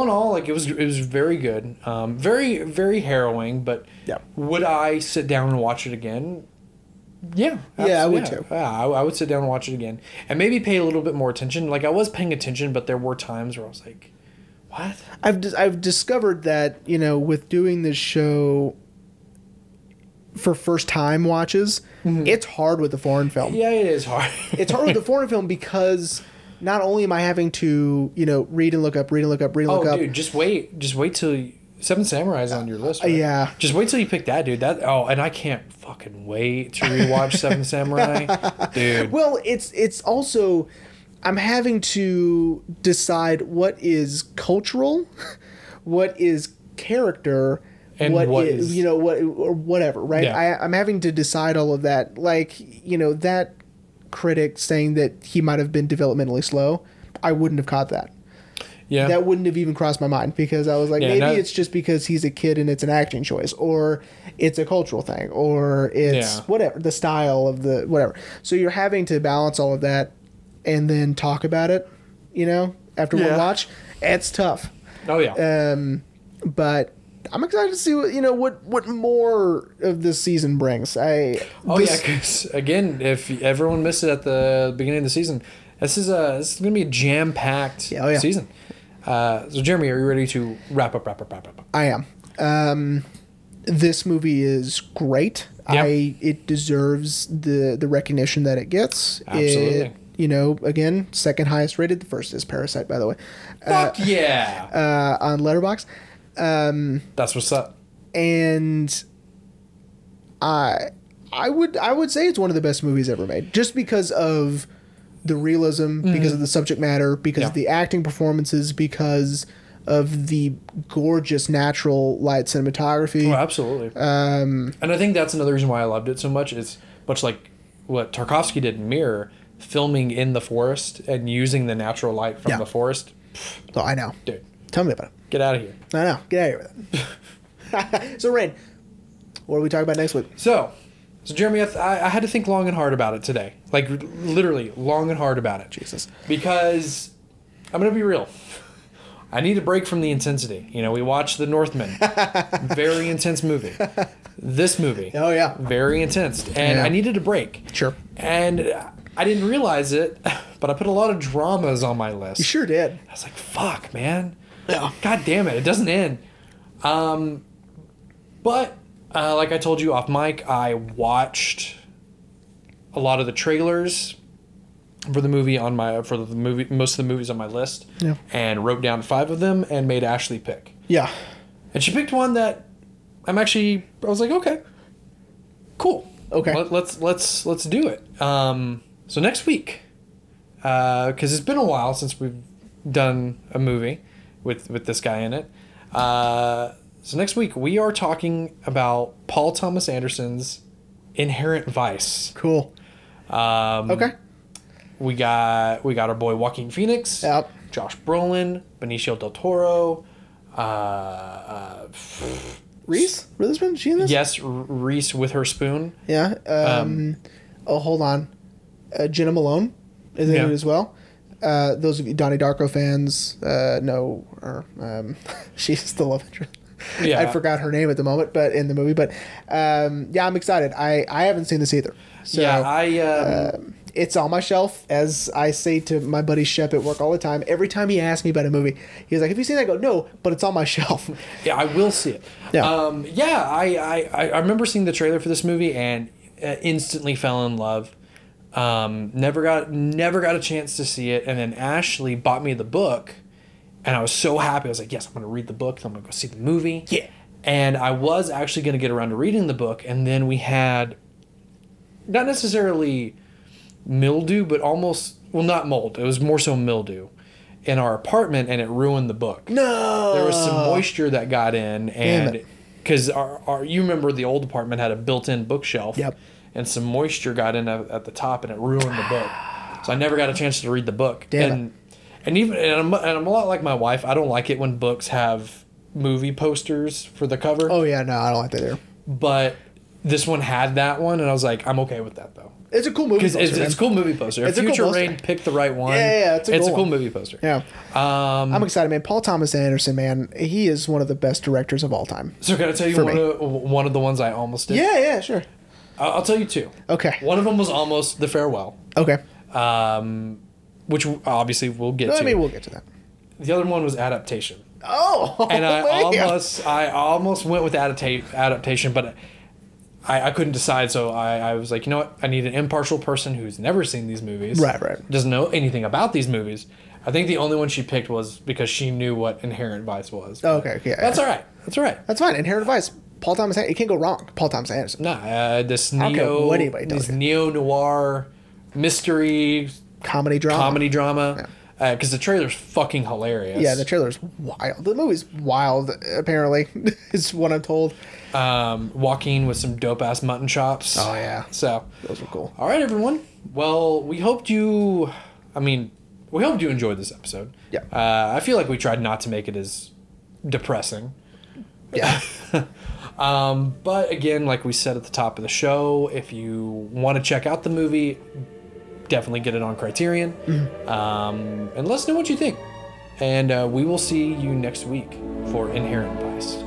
[SPEAKER 2] in all, like it was, it was very good, um, very, very harrowing. But
[SPEAKER 3] Yeah.
[SPEAKER 2] would I sit down and watch it again? Yeah,
[SPEAKER 3] Yeah, I would
[SPEAKER 2] absolutely.
[SPEAKER 3] too.
[SPEAKER 2] Yeah, I, I would sit down and watch it again, and maybe pay a little bit more attention. Like I was paying attention, but there were times where I was like, "What?"
[SPEAKER 3] I've dis- I've discovered that you know with doing this show for first time watches, it's hard with the foreign film.
[SPEAKER 2] Mm-hmm. Yeah, it is hard.
[SPEAKER 3] it's hard with the foreign film because not only am I having to, you know, read and look up, read and look up, read and look
[SPEAKER 2] oh,
[SPEAKER 3] up.
[SPEAKER 2] dude, just wait, just wait till you, Seven Samurai's on your list. Right?
[SPEAKER 3] Uh, yeah.
[SPEAKER 2] just wait till you pick that, dude. That oh, and I can't fucking wait to rewatch Seven Samurai, dude.
[SPEAKER 3] Well, it's it's also I'm having to decide what is cultural, what is character,
[SPEAKER 2] And what is-
[SPEAKER 3] you know what or whatever, right?
[SPEAKER 2] Yeah.
[SPEAKER 3] I, I'm having to decide all of that. Like you know that critic saying that he might have been developmentally slow, I wouldn't have caught that.
[SPEAKER 2] Yeah,
[SPEAKER 3] that wouldn't have even crossed my mind because I was like,
[SPEAKER 2] Yeah,
[SPEAKER 3] maybe
[SPEAKER 2] no-
[SPEAKER 3] it's just because he's a kid and it's an acting choice, or it's a cultural thing, or it's
[SPEAKER 2] Yeah.
[SPEAKER 3] whatever the style of the whatever. So you're having to balance all of that and then talk about it, you know, after
[SPEAKER 2] Yeah.
[SPEAKER 3] one watch. It's tough,
[SPEAKER 2] oh yeah.
[SPEAKER 3] but I'm excited to see what you know what what more of this season brings. I
[SPEAKER 2] Oh yeah,
[SPEAKER 3] this,
[SPEAKER 2] 'cause again, if everyone missed it at the beginning of the season, this is a this is gonna be a jam packed
[SPEAKER 3] Yeah, oh, yeah.
[SPEAKER 2] season. Uh, so Jeremy, are you ready to wrap up? Wrap up? Wrap up? Wrap up?
[SPEAKER 3] I am. Um, this movie is great.
[SPEAKER 2] Yeah.
[SPEAKER 3] I it deserves the the recognition that it gets.
[SPEAKER 2] Absolutely.
[SPEAKER 3] It- you know, again, second highest rated. The first is Parasite, by the way,
[SPEAKER 2] Fuck yeah!
[SPEAKER 3] uh, on Letterbox,
[SPEAKER 2] That's what's up.
[SPEAKER 3] and I I would I would say it's one of the best movies ever made, just because of the realism, because of the subject matter, because of
[SPEAKER 2] Mm-hmm. Yeah.
[SPEAKER 3] the acting performances, because of the gorgeous natural light cinematography.
[SPEAKER 2] Oh, absolutely. Um, and I think that's another reason why I loved it so much. Is much like what Tarkovsky did in Mirror, filming in the forest and using the natural light from
[SPEAKER 3] Yeah.
[SPEAKER 2] the forest.
[SPEAKER 3] Oh, I know.
[SPEAKER 2] Dude,
[SPEAKER 3] Tell me about it.
[SPEAKER 2] get out of here.
[SPEAKER 3] I know. Get out of here with that. so, Rain, what are we talking about next week?
[SPEAKER 2] So, so Jeremy, I, th- I I had to think long and hard about it today. Like r- literally long and hard about it.
[SPEAKER 3] Jesus.
[SPEAKER 2] because I'm gonna be real. I need a break from the intensity. You know, we watched The Northman, very intense movie. This movie,
[SPEAKER 3] Oh, yeah.
[SPEAKER 2] very intense, and
[SPEAKER 3] Yeah.
[SPEAKER 2] I needed a break.
[SPEAKER 3] Sure.
[SPEAKER 2] And I didn't realize it, but I put a lot of dramas on my list.
[SPEAKER 3] You sure did.
[SPEAKER 2] I was like, "Fuck, man!
[SPEAKER 3] Yeah.
[SPEAKER 2] God damn it! It doesn't end." Um, but uh, like I told you off mic, I watched a lot of the trailers for the movie on my for the movie most of the movies on my list,
[SPEAKER 3] Yeah.
[SPEAKER 2] and wrote down five of them and made Ashley pick.
[SPEAKER 3] Yeah.
[SPEAKER 2] And she picked one that I'm actually I was like, okay, cool.
[SPEAKER 3] Okay.
[SPEAKER 2] Let, let's let's let's do it. Um, so next week, because it's been a while since we've done a movie with with this guy in it. Uh, so next week we are talking about Paul Thomas Anderson's Inherent Vice.
[SPEAKER 3] Cool. Um, okay.
[SPEAKER 2] We got we got our boy Joaquin Phoenix,
[SPEAKER 3] Yep.
[SPEAKER 2] Josh Brolin, Benicio del Toro. Uh, uh,
[SPEAKER 3] Reese Witherspoon? She in this?
[SPEAKER 2] Yes, R- Reese with her spoon.
[SPEAKER 3] Yeah. Um, oh, hold on. Uh, Jenna Malone is in
[SPEAKER 2] Yeah.
[SPEAKER 3] it as well. Uh, those of you Donnie Darko fans uh, know her. Um, she's the love interest.
[SPEAKER 2] Yeah.
[SPEAKER 3] I forgot her name at the moment, but in the movie. But um, yeah, I'm excited. I, I haven't seen this either. So
[SPEAKER 2] yeah, I. Um,
[SPEAKER 3] it's on my shelf, as I say to my buddy Shep at work all the time. Every time he asks me about a movie, he's like, Have you seen that? I go, No, but it's on my shelf.
[SPEAKER 2] yeah, I will see it.
[SPEAKER 3] uh, Yeah.
[SPEAKER 2] um, yeah. I, I- I I remember seeing the trailer for this movie and uh, instantly fell in love. Um, never got never got a chance to see it, and then Ashley bought me the book, and I was so happy. I was like, "Yes, I'm going to read the book. Then I'm going to go see the movie."
[SPEAKER 3] Yeah.
[SPEAKER 2] And I was actually going to get around to reading the book, and then we had not necessarily mildew, but almost well, not mold. It was more so mildew in our apartment, and it ruined the book
[SPEAKER 3] No.
[SPEAKER 2] there was some moisture that got in
[SPEAKER 3] Damn
[SPEAKER 2] and
[SPEAKER 3] it.
[SPEAKER 2] because our, our you remember the old apartment had a built-in bookshelf
[SPEAKER 3] Yep.
[SPEAKER 2] and some moisture got in at, at the top and it ruined the book so i never got a chance to read the book
[SPEAKER 3] Damn
[SPEAKER 2] and and even and I'm, and I'm a lot like my wife i don't like it when books have movie posters for the cover
[SPEAKER 3] Oh, yeah, no, I don't like that either.
[SPEAKER 2] but this one had that one and i was like i'm okay with that though
[SPEAKER 3] It's a cool movie.
[SPEAKER 2] because it's,
[SPEAKER 3] poster,
[SPEAKER 2] it's a
[SPEAKER 3] man.
[SPEAKER 2] cool movie poster
[SPEAKER 3] It's a
[SPEAKER 2] if
[SPEAKER 3] cool
[SPEAKER 2] future
[SPEAKER 3] poster.
[SPEAKER 2] rain picked the right one
[SPEAKER 3] Yeah, yeah, yeah, it's a cool
[SPEAKER 2] cool
[SPEAKER 3] one.
[SPEAKER 2] movie poster
[SPEAKER 3] Yeah. Um, I'm excited, man. Paul Thomas Anderson, man, he is one of the best directors of all time.
[SPEAKER 2] so can i tell you
[SPEAKER 3] For
[SPEAKER 2] one
[SPEAKER 3] me.
[SPEAKER 2] of, one of the ones i almost did
[SPEAKER 3] Yeah, yeah, sure.
[SPEAKER 2] I'll, I'll tell you two.
[SPEAKER 3] Okay.
[SPEAKER 2] One of them was almost the farewell,
[SPEAKER 3] Okay.
[SPEAKER 2] which obviously we'll get
[SPEAKER 3] No, I
[SPEAKER 2] to.
[SPEAKER 3] mean, we'll get to that.
[SPEAKER 2] the other one was adaptation,
[SPEAKER 3] Oh,
[SPEAKER 2] and I
[SPEAKER 3] man.
[SPEAKER 2] almost I almost went with adapta- adaptation, but I, I couldn't decide. So I, I was like, you know what? I need an impartial person who's never seen these movies,
[SPEAKER 3] Right, right.
[SPEAKER 2] Doesn't know anything about these movies. I think the only one she picked was because she knew what Inherent Vice was.
[SPEAKER 3] Oh, Okay, yeah,
[SPEAKER 2] That's
[SPEAKER 3] yeah.
[SPEAKER 2] all right. That's all right.
[SPEAKER 3] That's fine. Inherent Vice. Paul Thomas Anderson. It can't go wrong. Paul Thomas Anderson.
[SPEAKER 2] Nah, uh, this
[SPEAKER 3] don't care
[SPEAKER 2] neo,
[SPEAKER 3] what anybody tells
[SPEAKER 2] this
[SPEAKER 3] you.
[SPEAKER 2] neo noir mystery
[SPEAKER 3] Comedy drama.
[SPEAKER 2] comedy drama because the trailer's fucking hilarious.
[SPEAKER 3] Yeah, the trailer's wild. The movie's wild, apparently, is what I'm told.
[SPEAKER 2] um, Joaquin with some dope ass mutton chops.
[SPEAKER 3] Oh, yeah.
[SPEAKER 2] So,
[SPEAKER 3] Those were cool.
[SPEAKER 2] all right, everyone. Well, we hoped you. I mean, we hoped you enjoyed this episode.
[SPEAKER 3] Yeah.
[SPEAKER 2] Uh, I feel like we tried not to make it as depressing.
[SPEAKER 3] Yeah.
[SPEAKER 2] Um, but again, like we said at the top of the show, if you want to check out the movie, definitely get it on Criterion.
[SPEAKER 3] Mm-hmm.
[SPEAKER 2] Um, and let us know what you think. And uh, we will see you next week for Inherent Vice.